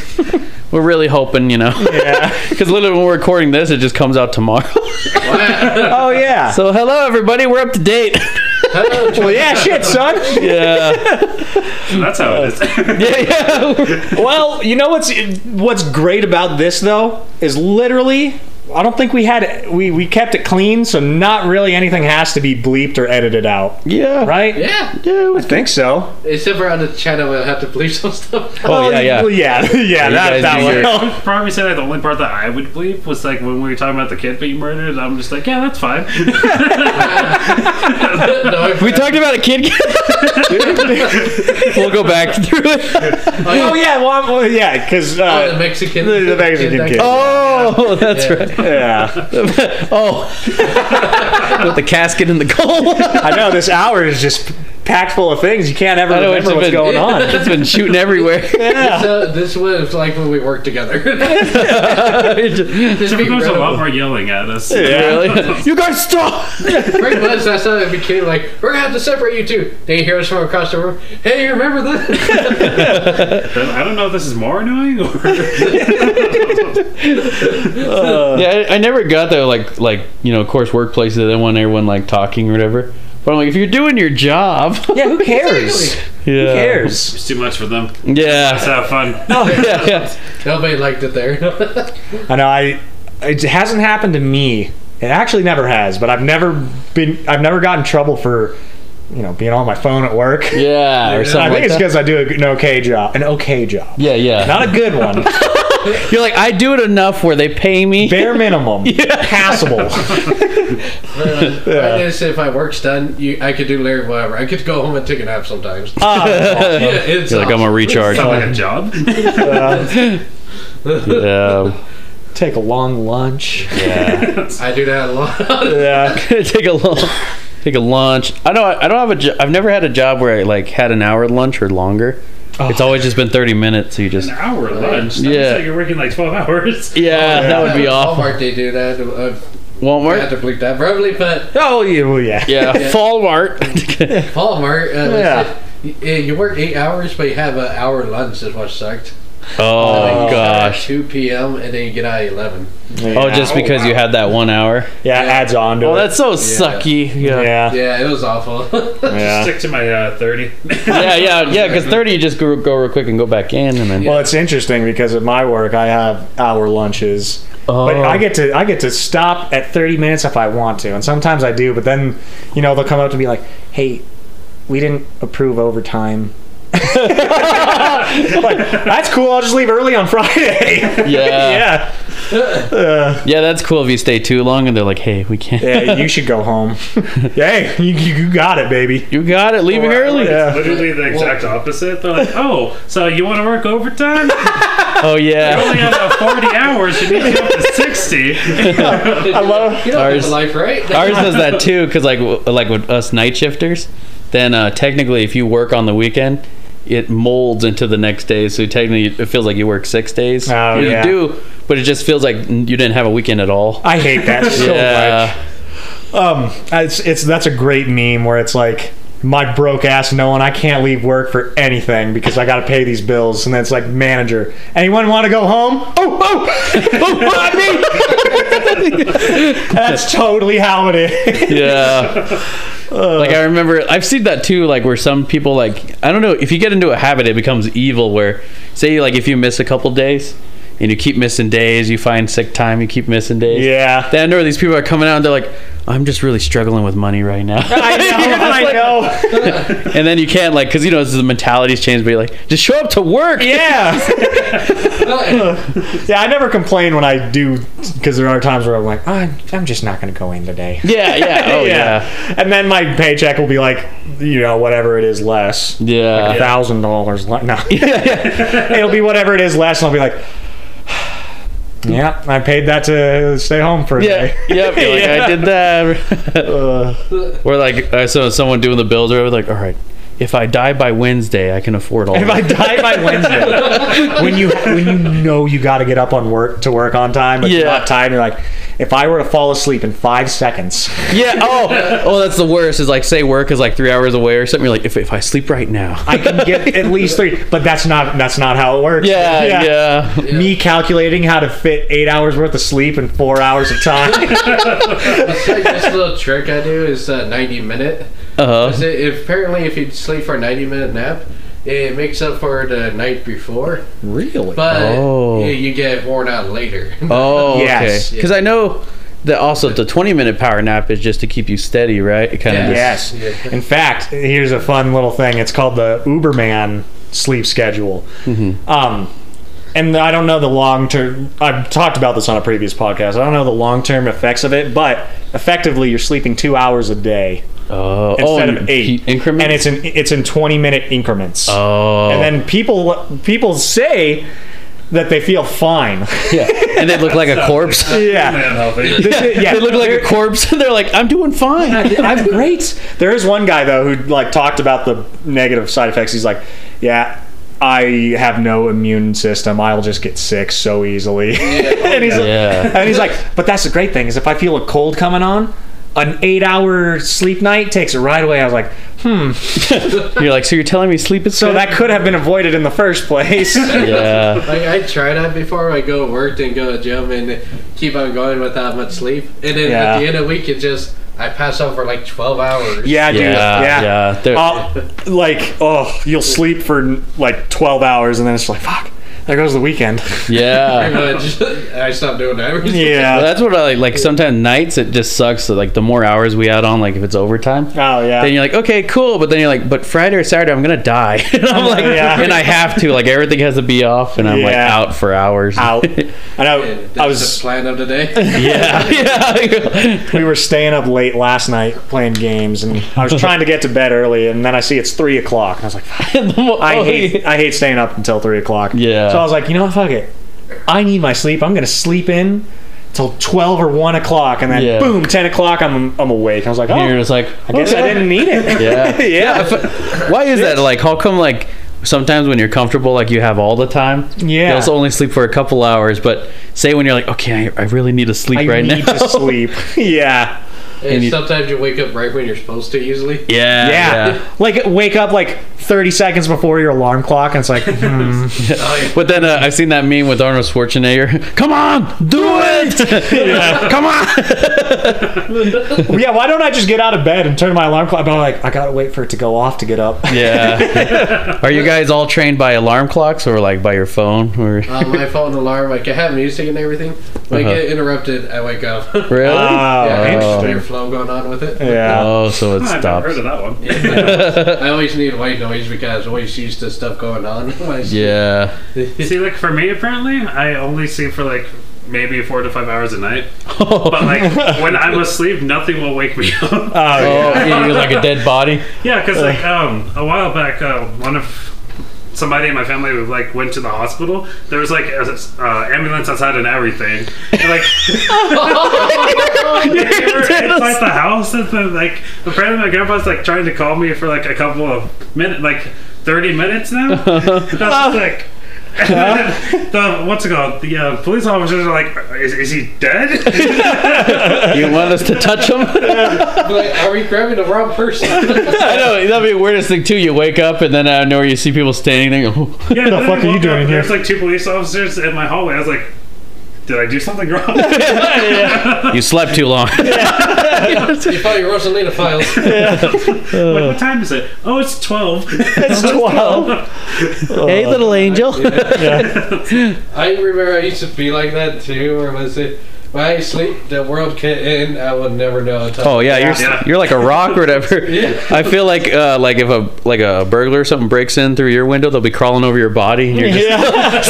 B: We're really hoping, you know. [LAUGHS]
A: Yeah.
B: Because literally, when we're recording this, it just comes out tomorrow. [LAUGHS]
A: Oh yeah.
B: so, hello, everybody. We're up to date. [LAUGHS]
A: well, yeah. Shit, son.
B: yeah.
C: That's how it
B: [LAUGHS]
C: is. [LAUGHS]
B: Yeah. yeah.
A: Well, you know what's what's great about this though is literally I don't think we had we we kept it clean, so not really anything has to be bleeped or edited out,
B: [LAUGHS] yeah.
A: right?
D: yeah.
B: Yeah.
A: I think so.
D: Except for on the channel, we'll have to bleep some stuff. [LAUGHS]
B: Oh, yeah, yeah.
A: Well, yeah, yeah. That,
B: guys do your-
A: that
C: I
A: one.
C: would probably say that the only part that I would bleep was like when we were talking about the kid being murdered. I'm just like, yeah, that's fine. [LAUGHS]
A: [LAUGHS]
D: no,
B: We talked about a kid. [LAUGHS] we'll go back through it.
A: [LAUGHS] Oh yeah, well, I'm- well yeah, because
D: Oh, the
A: uh,
D: Mexican.
A: the- the Mexican kid.
B: Oh, that's right.
A: yeah, [LAUGHS]
B: Oh. With the casket in the goal.
A: I know this hour is just packed full of things. You can't ever
B: I know it's
A: remember what's
B: been,
A: going on.
B: [LAUGHS] It's been
A: [LAUGHS]
B: shooting everywhere.
A: Yeah.
D: So this was like when we worked together. [LAUGHS] Just be
C: Typical was a
B: [LAUGHS]
C: lot
D: random.
C: more yelling at us.
A: [LAUGHS]
B: Really? you guys stop!
D: Pretty much that's how it became like, we're gonna have to separate you two. They hear us from across the room. Hey, you
A: [LAUGHS]
D: remember this?
C: I don't know if this is more annoying or
B: yeah, I, I never got that. Like, like you know, of course, workplaces that want everyone like talking or whatever. But I'm like, if you're doing your
A: [LAUGHS]
B: job,
A: yeah,
B: [LAUGHS]
A: who cares?
B: yeah,
A: Who cares?
C: it's too much for them. Let's
A: [LAUGHS]
B: Yeah,
C: have fun.
B: yeah, yeah.
D: Nobody liked it there. [LAUGHS]
A: I know. I it hasn't happened to me. It actually never has, but I've never been. I've never gotten in trouble for you know being on my phone at work.
B: yeah or
A: [LAUGHS] And I
B: something.
A: think
B: like
A: it's
B: that.
A: because I do an okay job. An okay job.
B: Yeah, yeah.
A: Not a good
B: [LAUGHS]
A: one.
B: you're like, I do it enough where they pay me.
A: Bare minimum.
B: [LAUGHS]
A: Passable. [LAUGHS]
D: I just if my work's done, you, I could do literally whatever. I could go home and take a nap sometimes.
A: Ah,
D: yeah,
B: Uh,
D: it's
B: You're like, I'm gonna
D: awesome.
B: recharge.
C: Sound like
A: [LAUGHS]
C: a job.
B: yeah,
A: take a long lunch.
B: yeah.
D: I do that a
B: [LAUGHS]
D: lot.
A: Yeah.
B: take a long, take a lunch. I know. I don't have a. Jo- I've never had a job where I like had an hour lunch or longer. It's always just been thirty minutes. So you just.
C: An hour lunch.
B: Yeah.
C: Yeah. Like you're working like 12
A: [LAUGHS]
C: hours.
B: Yeah, that
D: [LAUGHS]
B: would be awful.
D: Walmart, they do that. Uh, I had
B: Walmart.
D: to bleep that probably, but
A: Oh yeah. Well, yeah.
B: Yeah, [LAUGHS]
D: Yeah.
B: Walmart.
D: Walmart. Uh,
A: Yeah.
D: they said, "Y- You work eight hours, but you have an hour lunch. Is what sucked.
B: Oh
D: you start at
B: gosh!
D: two p.m. and then you get out at
B: [LAUGHS]
D: eleven.
B: Oh, just because you had that one hour.
A: Yeah, it adds on to
B: Oh,
A: it.
B: that's so sucky. Yeah,
A: yeah.
D: Yeah, it was awful. [LAUGHS]
A: yeah.
C: Stick to my uh, [LAUGHS] 30.
B: [LAUGHS] yeah, yeah, yeah. Because thirty, you just go, go real quick and go back in, and then
A: Well, it's interesting because at my work I have hour lunches, but
B: Oh.
A: I get to I get to stop at 30 minutes if I want to, and sometimes I do. But then, you know, they'll come up to me like, "Hey, we didn't approve overtime." [LAUGHS] like, that's cool. I'll just leave early on Friday.
B: [LAUGHS] yeah,
A: yeah,
B: yeah. That's cool if you stay too long, and they're like, "Hey, we can't."
A: yeah. You should go home. [LAUGHS] hey, you, you got it, baby.
B: [LAUGHS] You got it. Leaving early.
A: Yeah.
C: Literally the exact opposite. They're like, oh, so you want to work
A: [LAUGHS]
C: overtime? You
B: Oh yeah.
C: only have about 40 hours. You need to go up to
A: [LAUGHS]
C: [LAUGHS] 60.
A: I love.
D: You don't
B: Ours-
D: have a life, right? [LAUGHS]
B: Ours does that too, because like w- like with us night shifters, then uh, technically if you work on the weekend, it molds into the next day. So technically it feels like you work six days.
A: Oh,
B: you
A: yeah.
B: do, but it just feels like you didn't have a weekend at all.
A: I hate that [LAUGHS] so much.
B: yeah,
A: Um, it's it's that's a great meme where it's like my broke ass knowing I can't leave work for anything because I got to pay these bills, and then it's like manager, anyone want to go home? Oh, oh, oh, not me. [LAUGHS] that's totally how it is. [LAUGHS]
B: yeah.
A: Uh.
B: like I remember, I've seen that too. Like where some people like I don't know if you get into a habit, it becomes evil. Where say like if you miss a couple days and you keep missing days, you find sick time, you keep missing days.
A: Yeah.
B: Then I know these people are coming out and they're like, I'm just really struggling with money right now.
A: [LAUGHS] I know, I know.
B: [LAUGHS] and then you can't like, cause you know this is the mentality's changed, but you're like, just show up to work.
A: Yeah, [LAUGHS] yeah. I never complain when I do because there are times where I'm like, I'm, I'm just not going to go in today.
B: [LAUGHS]
A: [LAUGHS]
B: Yeah, yeah, oh yeah,
A: yeah, and then my paycheck will be like, you know, whatever it is less.
B: yeah.
A: a thousand dollars less.
B: [LAUGHS]
A: No, [LAUGHS] it'll be whatever it is less, and I'll be like, [SIGHS] "Yeah, I paid that to stay home for a
B: Yeah,
A: day."
B: yep. You're like,
A: [LAUGHS]
B: I did that.
A: Uh,
B: or like, I saw someone doing the bills, or I was like, all right, if I die by Wednesday, I can afford all.
A: if I die by
B: [LAUGHS]
A: Wednesday, when you when you know you got to get up on work to work on time, but you're
B: Yeah.
A: not tired, you're like, "If I were to fall asleep in five seconds,
B: yeah. Oh, oh, that's the worst. Is like, say work is like three hours away or something. You're like, if if I sleep right now.
A: I can get
B: [LAUGHS]
A: at least three. But that's not that's not how it works.
B: yeah, yeah, yeah.
A: Me calculating how to fit eight hours worth of sleep in four hours of
B: [LAUGHS]
A: time.
D: It's like this little trick I do is uh, 90 minute.
B: Uh
D: Is it- if, apparently, if you sleep for a 90 minute nap, it makes up for the night before,
A: really?
D: but
B: Oh.
D: you, you get worn out later. [LAUGHS]
B: Oh,
A: Yes.
B: okay. Because I know that also the 20 minute power nap is just to keep you steady, right? It kind of
D: Yeah.
A: Yes.
D: Yeah.
A: In fact, here's a fun little thing. It's called the Uberman sleep schedule.
B: Mm-hmm.
A: Um, and I don't know the long term. I've talked about this on a previous podcast. I don't know the long term effects of it, but effectively, you're sleeping two hours a day
B: just. Oh, oh,
A: instead
B: and
A: of eight
B: heat increments?
A: and it's in it's in 20 minute increments.
B: oh.
A: And then people people say that they feel fine. [LAUGHS]
B: Yeah, and they look like a corpse.
A: yeah. [LAUGHS]
C: Unhealthy.
A: This is- yeah.
B: They look like a corpse, [LAUGHS] and they're like, "I'm doing fine."
A: [LAUGHS] I'm great. There is one guy though who like talked about the negative side effects. He's like, yeah. I have no immune system. I'll just get sick so easily. [LAUGHS] and he's like,
B: Yeah.
A: and he's like, but that's the great thing is if I feel a cold coming on, an eight-hour sleep night takes it right away. I was like,
B: You're like, "So you're telling me sleep is
A: so
B: good?"
A: that could have been avoided in the first [LAUGHS] place.
B: [LAUGHS] yeah,
D: Like I try that before I go to work and go to gym and keep on going without much sleep. And then
A: Yeah.
D: at the end of the week, it just I pass out for like twelve hours.
A: Yeah, dude.
B: yeah,
A: Yeah.
B: yeah. They're-
A: I'll- like, oh, you'll sleep for like 12 hours and then it's like, fuck, there goes the
B: [LAUGHS]
A: weekend. [LAUGHS]
B: yeah.
D: [LAUGHS] Pretty much. [LAUGHS] I stopped doing that.
A: yeah.
B: Well, that's what I like. Like sometimes nights it just sucks. So, like the more hours we add on, like if it's overtime,
A: oh, yeah.
B: then you're like, okay, cool. But then you're like, but Friday or Saturday, I'm gonna die. [LAUGHS] and I'm like,
A: Yeah.
B: and I have to. Like everything has to be off, and I'm like
A: Yeah.
B: out for hours. [LAUGHS]
A: out. I
D: And
A: know.
D: that's
A: I
D: the
A: was.
D: plan of
A: [LAUGHS]
D: the day.
B: yeah, yeah.
A: We were staying up late last night playing games, and I
B: [LAUGHS]
A: was trying to get to bed early, and then I see it's three o'clock, and I was like, fuck,
B: The more-
A: I
B: [LAUGHS] oh,
A: hate, I hate staying up until three o'clock.
B: Yeah.
A: So I was like, you know what, fuck it, I need my sleep. I'm gonna sleep in till twelve or one o'clock, and then
B: Yeah.
A: boom, ten o'clock, I'm I'm awake. I was like, oh,
B: And you're just like,
A: I guess I didn't need it.
B: [LAUGHS] Yeah.
A: [LAUGHS] yeah.
B: Why is that? Like, how come like sometimes when you're comfortable, like you have all the time,
A: Yeah.
B: you also only sleep for a couple hours. But say when you're like, okay, I, I really need to sleep
A: I
B: right
A: need
B: [LAUGHS] now.
A: to sleep. [LAUGHS] Yeah.
D: and
B: you-
D: sometimes you wake up right when you're supposed to.
A: [LAUGHS]
D: Usually,
B: Yeah,
A: yeah,
B: yeah.
A: Like wake up like 30 seconds before your alarm clock, and it's like, hmm.
B: But then uh, I've seen that meme with Arnold Schwarzenegger. [LAUGHS] Come on, do [LAUGHS] it! Come
C: [LAUGHS]
B: on!
A: yeah. Why don't I just get out of bed and turn my alarm clock? But I'm like, I gotta wait for it to go off to get up.
B: Yeah. Are you guys all trained by alarm clocks or like by your phone? Or
D: uh, my phone alarm, like I have music and everything. When
A: Uh-huh.
D: I get interrupted, I wake up. [LAUGHS]
B: really?
A: Oh,
D: yeah,
A: interesting.
D: weird flow going on with it.
A: Yeah.
B: oh, so it
C: I've never heard
B: stops.
C: of that one.
D: I always need white noise because I always used to stuff going on.
B: Yeah.
C: See, like for me, apparently, I only sleep for like maybe four to five hours a night.
A: [LAUGHS]
C: But like when I'm asleep, nothing will wake me up.
A: Oh, yeah.
B: oh, [LAUGHS] yeah, you're like a dead body.
C: Yeah, because like um, a while back, uh, one of somebody in my family like went to the hospital. There was like a uh, ambulance outside and everything, and like [LAUGHS] they were inside the house. And then, like apparently my grandpa's like trying to call me for like a couple of minutes, like thirty minutes now. And I was just like. and then [LAUGHS] the what's it called? The uh, police officers are like, "Is, is he dead?" [LAUGHS]
B: You want us to touch them?
D: like, are we grabbing the wrong person?
B: [LAUGHS] I know that'd be the weirdest thing too. You wake up and then out of nowhere you see people standing there. [LAUGHS] you go,
C: Yeah,
A: The
C: then I
A: fuck are you
C: woke
A: doing
C: up,
A: in
C: There's like two police officers in my hallway. I was like, "Did I do something wrong?"
B: You slept too long.
D: you found your Rosalina files.
C: Like,
A: Uh.
C: what time is it? Oh, it's 12. [LAUGHS]
A: It's 12.
B: [LAUGHS] hey, little [LAUGHS] angel.
D: I remember I used to be like that too, where was it? When I sleep, the world can end. I will never know until.
B: Oh yeah, you're
C: Yeah.
B: you're like a rock or whatever. I feel like uh, like if a like a burglar or something breaks in through your window, they'll be crawling over your body. And you're just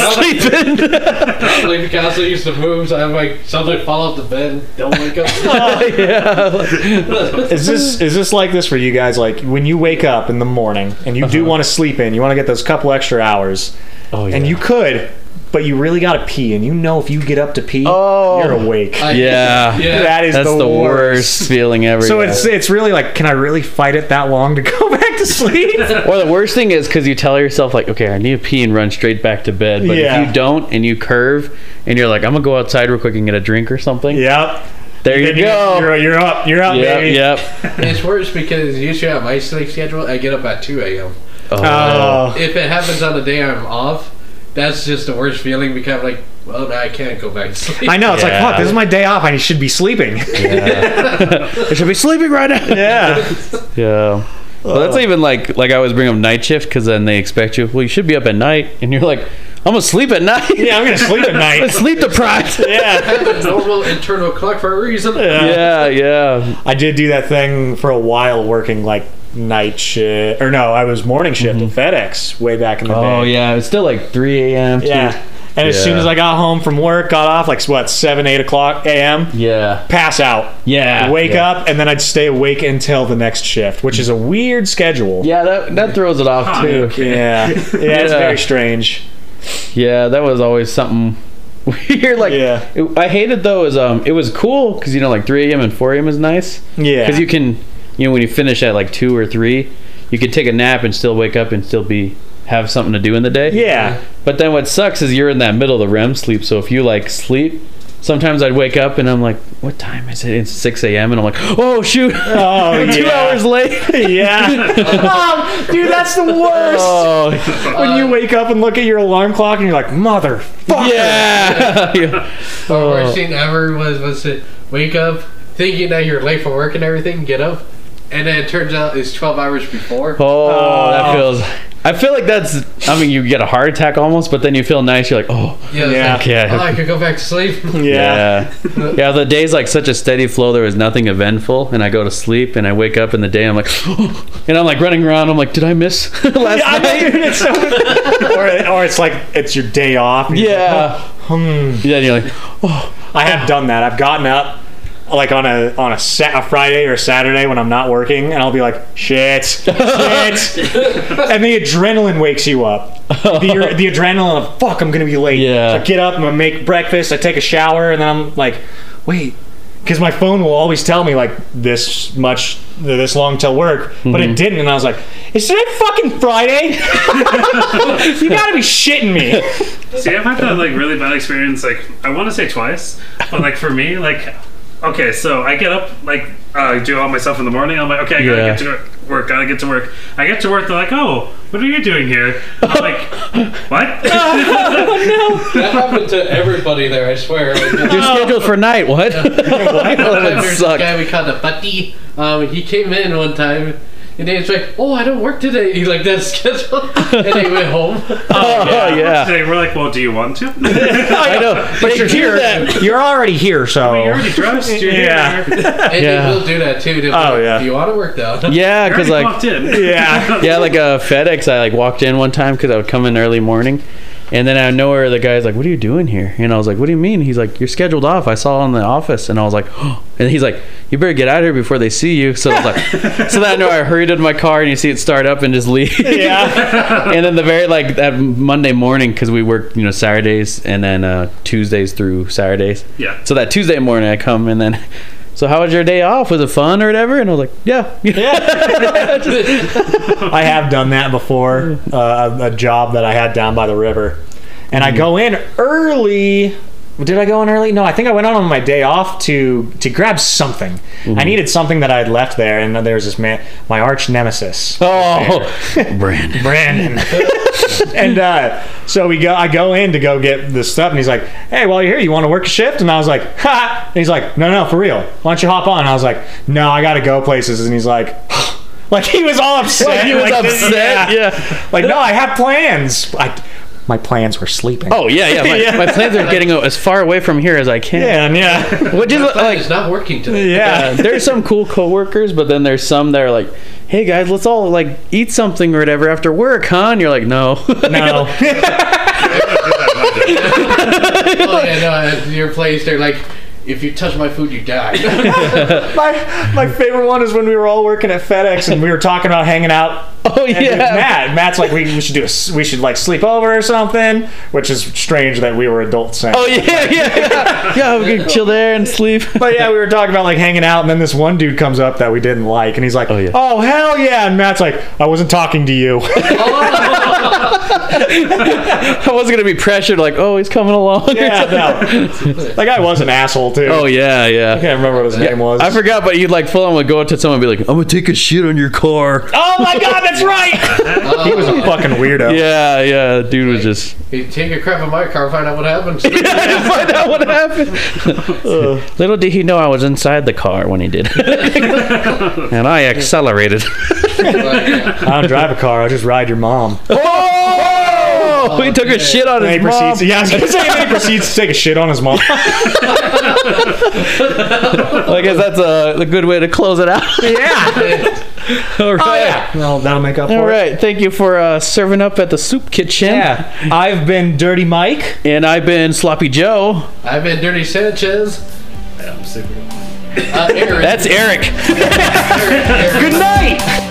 A: [LAUGHS]
B: [LAUGHS]
A: Yeah.
B: sleeping. [LAUGHS]
D: Probably because I used to move, so I'm like, something fall off the bed, and don't wake
A: [LAUGHS]
D: up. [LAUGHS]
B: Oh,
A: Is this is this like this for you guys? Like when you wake up in the morning and you
B: Uh-huh.
A: do want to sleep in, you want to get those couple extra hours,
B: Oh yeah.
A: and you could, but you really gotta pee, and you know if you get up to pee,
B: Oh.
A: you're awake.
D: I-
B: yeah.
D: Yeah.
A: that is
B: That's
A: the,
B: the, worst. feeling ever.
A: So
B: yeah.
A: it's it's really like, can I really fight it that long to [LAUGHS] go back to
B: [LAUGHS]
A: sleep?
B: or the worst thing is because you tell yourself like, okay, I need to pee and run straight back to bed. But
A: Yeah.
B: if you don't and you curve and you're like, I'm gonna go outside real quick and get a drink or something.
A: yep.
B: There you
A: Then
B: go.
A: You're, you're up. You're up,
B: Yep,
A: baby.
B: yep.
D: It's worse because usually on my sleep schedule, I get up at 2 a.m.
A: Oh.
D: If it happens on the day I'm off, that's just the worst feeling because I'm like, well, now I can't go back to sleep. [LAUGHS]
A: I know. It's
B: Yeah.
A: like, fuck, this is my day off. I should be sleeping. [LAUGHS]
B: I should be sleeping right now.
A: yeah.
B: Yeah. Uh, Well, that's even like like I always bring up night shift because then they expect you. Well, you should be up at night, and you're like, I'm gonna sleep at night.
A: Yeah, I'm going to sleep at
B: [LAUGHS] I'm
A: night. [LAUGHS]
B: sleep deprived.
A: Yeah.
D: I have a normal internal clock for a
A: [LAUGHS]
B: [LAUGHS]
D: reason.
B: yeah, yeah.
A: I did do that thing for a while working like night shift or no, I was morning shift at FedEx way back in the day.
B: Mm-hmm. Oh yeah, it's still like 3 a.m. to-
A: Yeah. And as soon
B: Yeah.
A: as I got home from work, got off like what, seven, eight o'clock AM,
B: yeah,
A: pass out.
B: yeah.
A: Wake
B: yeah.
A: up and then I'd stay awake until the next shift, which is a weird schedule.
B: Yeah, that that throws it off [LAUGHS]
C: Huh.
B: too.
A: Yeah. Yeah, it's
B: Yeah.
A: very strange.
B: Yeah, that was always something [LAUGHS] weird. Like,
A: Yeah.
B: it- I hated though is um, it was cool because you know like 3 a.m. and 4 a.m. is nice.
A: Yeah.
B: [LAUGHS] Because you can, you know, when you finish at like two or three, you can take a nap and still wake up and still be have something to do in the day.
A: Yeah.
B: But then what sucks is you're in that middle of the REM sleep. So if you like sleep, sometimes I'd wake up and I'm like, what time is it? It's 6 a.m. and I'm like, oh shoot,
A: Oh,
B: [LAUGHS] two
A: yeah.
B: hours late.
A: [LAUGHS] Yeah. Oh, dude, that's the worst. [LAUGHS]
B: oh
A: When you wake up and look at your alarm clock and you're like, motherfucker.
B: yeah. [LAUGHS]
D: The worst thing ever was was to wake up thinking that you're late for work and everything, get up, and then it turns out it's 12 hours before.
B: Oh, that
A: Oh.
B: feels. I feel like that's. I mean, you get a heart attack almost, but then you feel nice. You're like, oh,
D: Yeah, it's
A: Yeah.
D: like,
B: okay.
D: oh, I could go back to
A: [LAUGHS]
D: sleep.
A: Yeah.
B: Yeah. Yeah, the day's like such a steady flow. There was nothing eventful, and I go to sleep, and I wake up in the day. I'm like, [GASPS] and I'm like running around. I'm like, did I miss [LAUGHS] last
A: I know,
B: night?
A: dude, it's [LAUGHS] so. or, or it's like it's your day off. and you're
B: Yeah. Yeah. And you're like,
A: I have done that. I've gotten up like on a on a, sa- a Friday or Saturday when I'm not working, and I'll be like, shit, shit, and the adrenaline wakes you up. The, the adrenaline of fuck, I'm gonna be late.
B: Yeah.
A: So I get up, I'm gonna make breakfast, I take a shower, and then I'm like, wait. Because my phone will always tell me like this much, this long till work, but it didn't, and I was like, "Is today fucking Friday? [LAUGHS] you gotta be shitting me!"
C: See, I've had that like really bad experience. Like, I want to say twice, but like for me, like, okay, so I get up, like, uh, do all my stuff in the morning. I'm like, okay, I gotta
B: Yeah.
C: get to work, gotta get to work. I get to work, they're like, oh, what are you doing here?
A: [LAUGHS]
C: I'm like, what? [LAUGHS]
D: That happened to everybody there,
A: [LAUGHS]
D: I swear.
B: you're scheduled for night. What? [LAUGHS]
D: [LAUGHS]
B: Oh, that would
D: There's
B: suck.
D: a guy we called a buddy. Um, he came in one time, and he was like, "Oh, I don't work today." He like that [LAUGHS] schedule, and he went home.
B: Oh yeah.
C: They were like, well, do you want to? [LAUGHS] you
B: I know.
A: But
B: They
A: you're
B: do
A: here.
B: that.
A: You're already here, so
C: already dressed. You're
A: Yeah.
C: here.
A: [LAUGHS]
C: You
D: And
B: Yeah.
D: he will do that too.
A: Oh, [LAUGHS] yeah.
D: Do you want to work though?
B: Yeah, because
C: already
B: like
C: walked in.
A: [LAUGHS] Yeah.
B: yeah, like uh, FedEx. I like walked in one time because I would come in early morning, and then out of nowhere the guy's like, "What are you doing here?" And I was like, "What do you mean?" He's like, "You're scheduled off." I saw in the office, and I was like, [GASPS] oh. and he's like, "You better get out of here before they see you." So I was like, so that I know I hurried into my car, and you see it start up and just leave.
A: yeah.
B: [LAUGHS] and then the very like that Monday morning because we work you know Saturdays and then uh, Tuesdays through Saturdays.
C: Yeah.
B: So that Tuesday morning I come and then. [LAUGHS] So how was your day off? Was it fun or whatever? And I was like, yeah, [LAUGHS]
A: I have done that before. Uh, a a job that I had down by the river, and I go in early. Did I go in early? No, I think I went out on my day off to to grab something. I needed something that I had left there, and there was this man, my arch nemesis.
B: Oh, Brandon.
A: Brandon. [LAUGHS] and uh, so we go. I go in to go get this stuff, and he's like, "Hey, while you're here, you want to work a shift?" And I was like, "Ha!" And he's like, "No, no, for real. Why don't you hop on?" And I was like, "No, I gotta go places." And he's like, [GASPS] "Like he was all upset.
B: [LAUGHS] Like, he was
A: this-
B: upset, yeah.
A: Like no, I have plans. I, my plans were sleeping.
B: Oh yeah, yeah. My,
A: Yeah.
B: my plans are getting as far away from here as I can.
A: yeah, and
B: [LAUGHS]
A: yeah,
B: Which is like,
D: It's not working today.
A: yeah.
B: uh, there's some cool coworkers, but then there's some that are like, "Hey guys, let's all like eat something or whatever after work, huh?" And you're like, "No."
A: [LAUGHS] No,
B: [LAUGHS]
D: [LAUGHS] Oh, yeah, no, at your place, they're like, if you touch my food, you die.
A: [LAUGHS]
D: [LAUGHS]
A: my my favorite one is when we were all working at FedEx and we were talking about hanging out
B: oh
A: And
B: yeah.
A: it's Matt. Matt's like, we, we should do a s we should like sleep over or something, which is strange that we were adults saying.
B: Oh yeah, yeah, yeah. Yeah, we can chill there and sleep.
A: But yeah, we were talking about like hanging out, and then this one dude comes up that we didn't like, and he's like, "Oh,
B: yeah.
A: hell yeah!" And Matt's like, "I wasn't talking to [LAUGHS] you."
B: [LAUGHS] I wasn't gonna be pressured like, "Oh, he's coming along."
A: yeah, no. That guy was an asshole too.
B: [LAUGHS] Oh yeah,
A: I
B: yeah.
A: can't remember what his name was.
B: I forgot, but you'd like full on would go up to someone and be like, "I'm gonna take a shit on your car."
A: oh my god,
B: [LAUGHS]
A: that's right.
D: Oh,
A: [LAUGHS] he was a fucking weirdo.
B: Yeah, yeah. Dude was just
D: you take a crap in my car, find out what
A: [LAUGHS]
D: happens.
B: find out what happened. [LAUGHS] Little did he know I was inside the car when he did. and I accelerated.
D: Like, yeah.
A: I don't drive a car. I just ride your mom.
B: Oh! [LAUGHS] he took a
D: okay.
B: shit on
A: And he
B: his mom.
A: proceeds. Yeah, I was gonna say, and he proceeds to take a shit on his mom.
B: I guess that's a, a good way to close it out.
A: yeah.
B: All [LAUGHS] right.
A: Oh [LAUGHS] yeah. Well, that'll make up for
B: All
A: it.
B: right. Thank you for uh, serving up at the soup kitchen.
A: Yeah. I've been Dirty Mike.
B: And I've been Sloppy Joe.
D: I've been Dirty Sanchez. I'm super. Uh, Aaron.
B: That's Eric.
D: Aaron, Aaron.
A: [LAUGHS] Good night.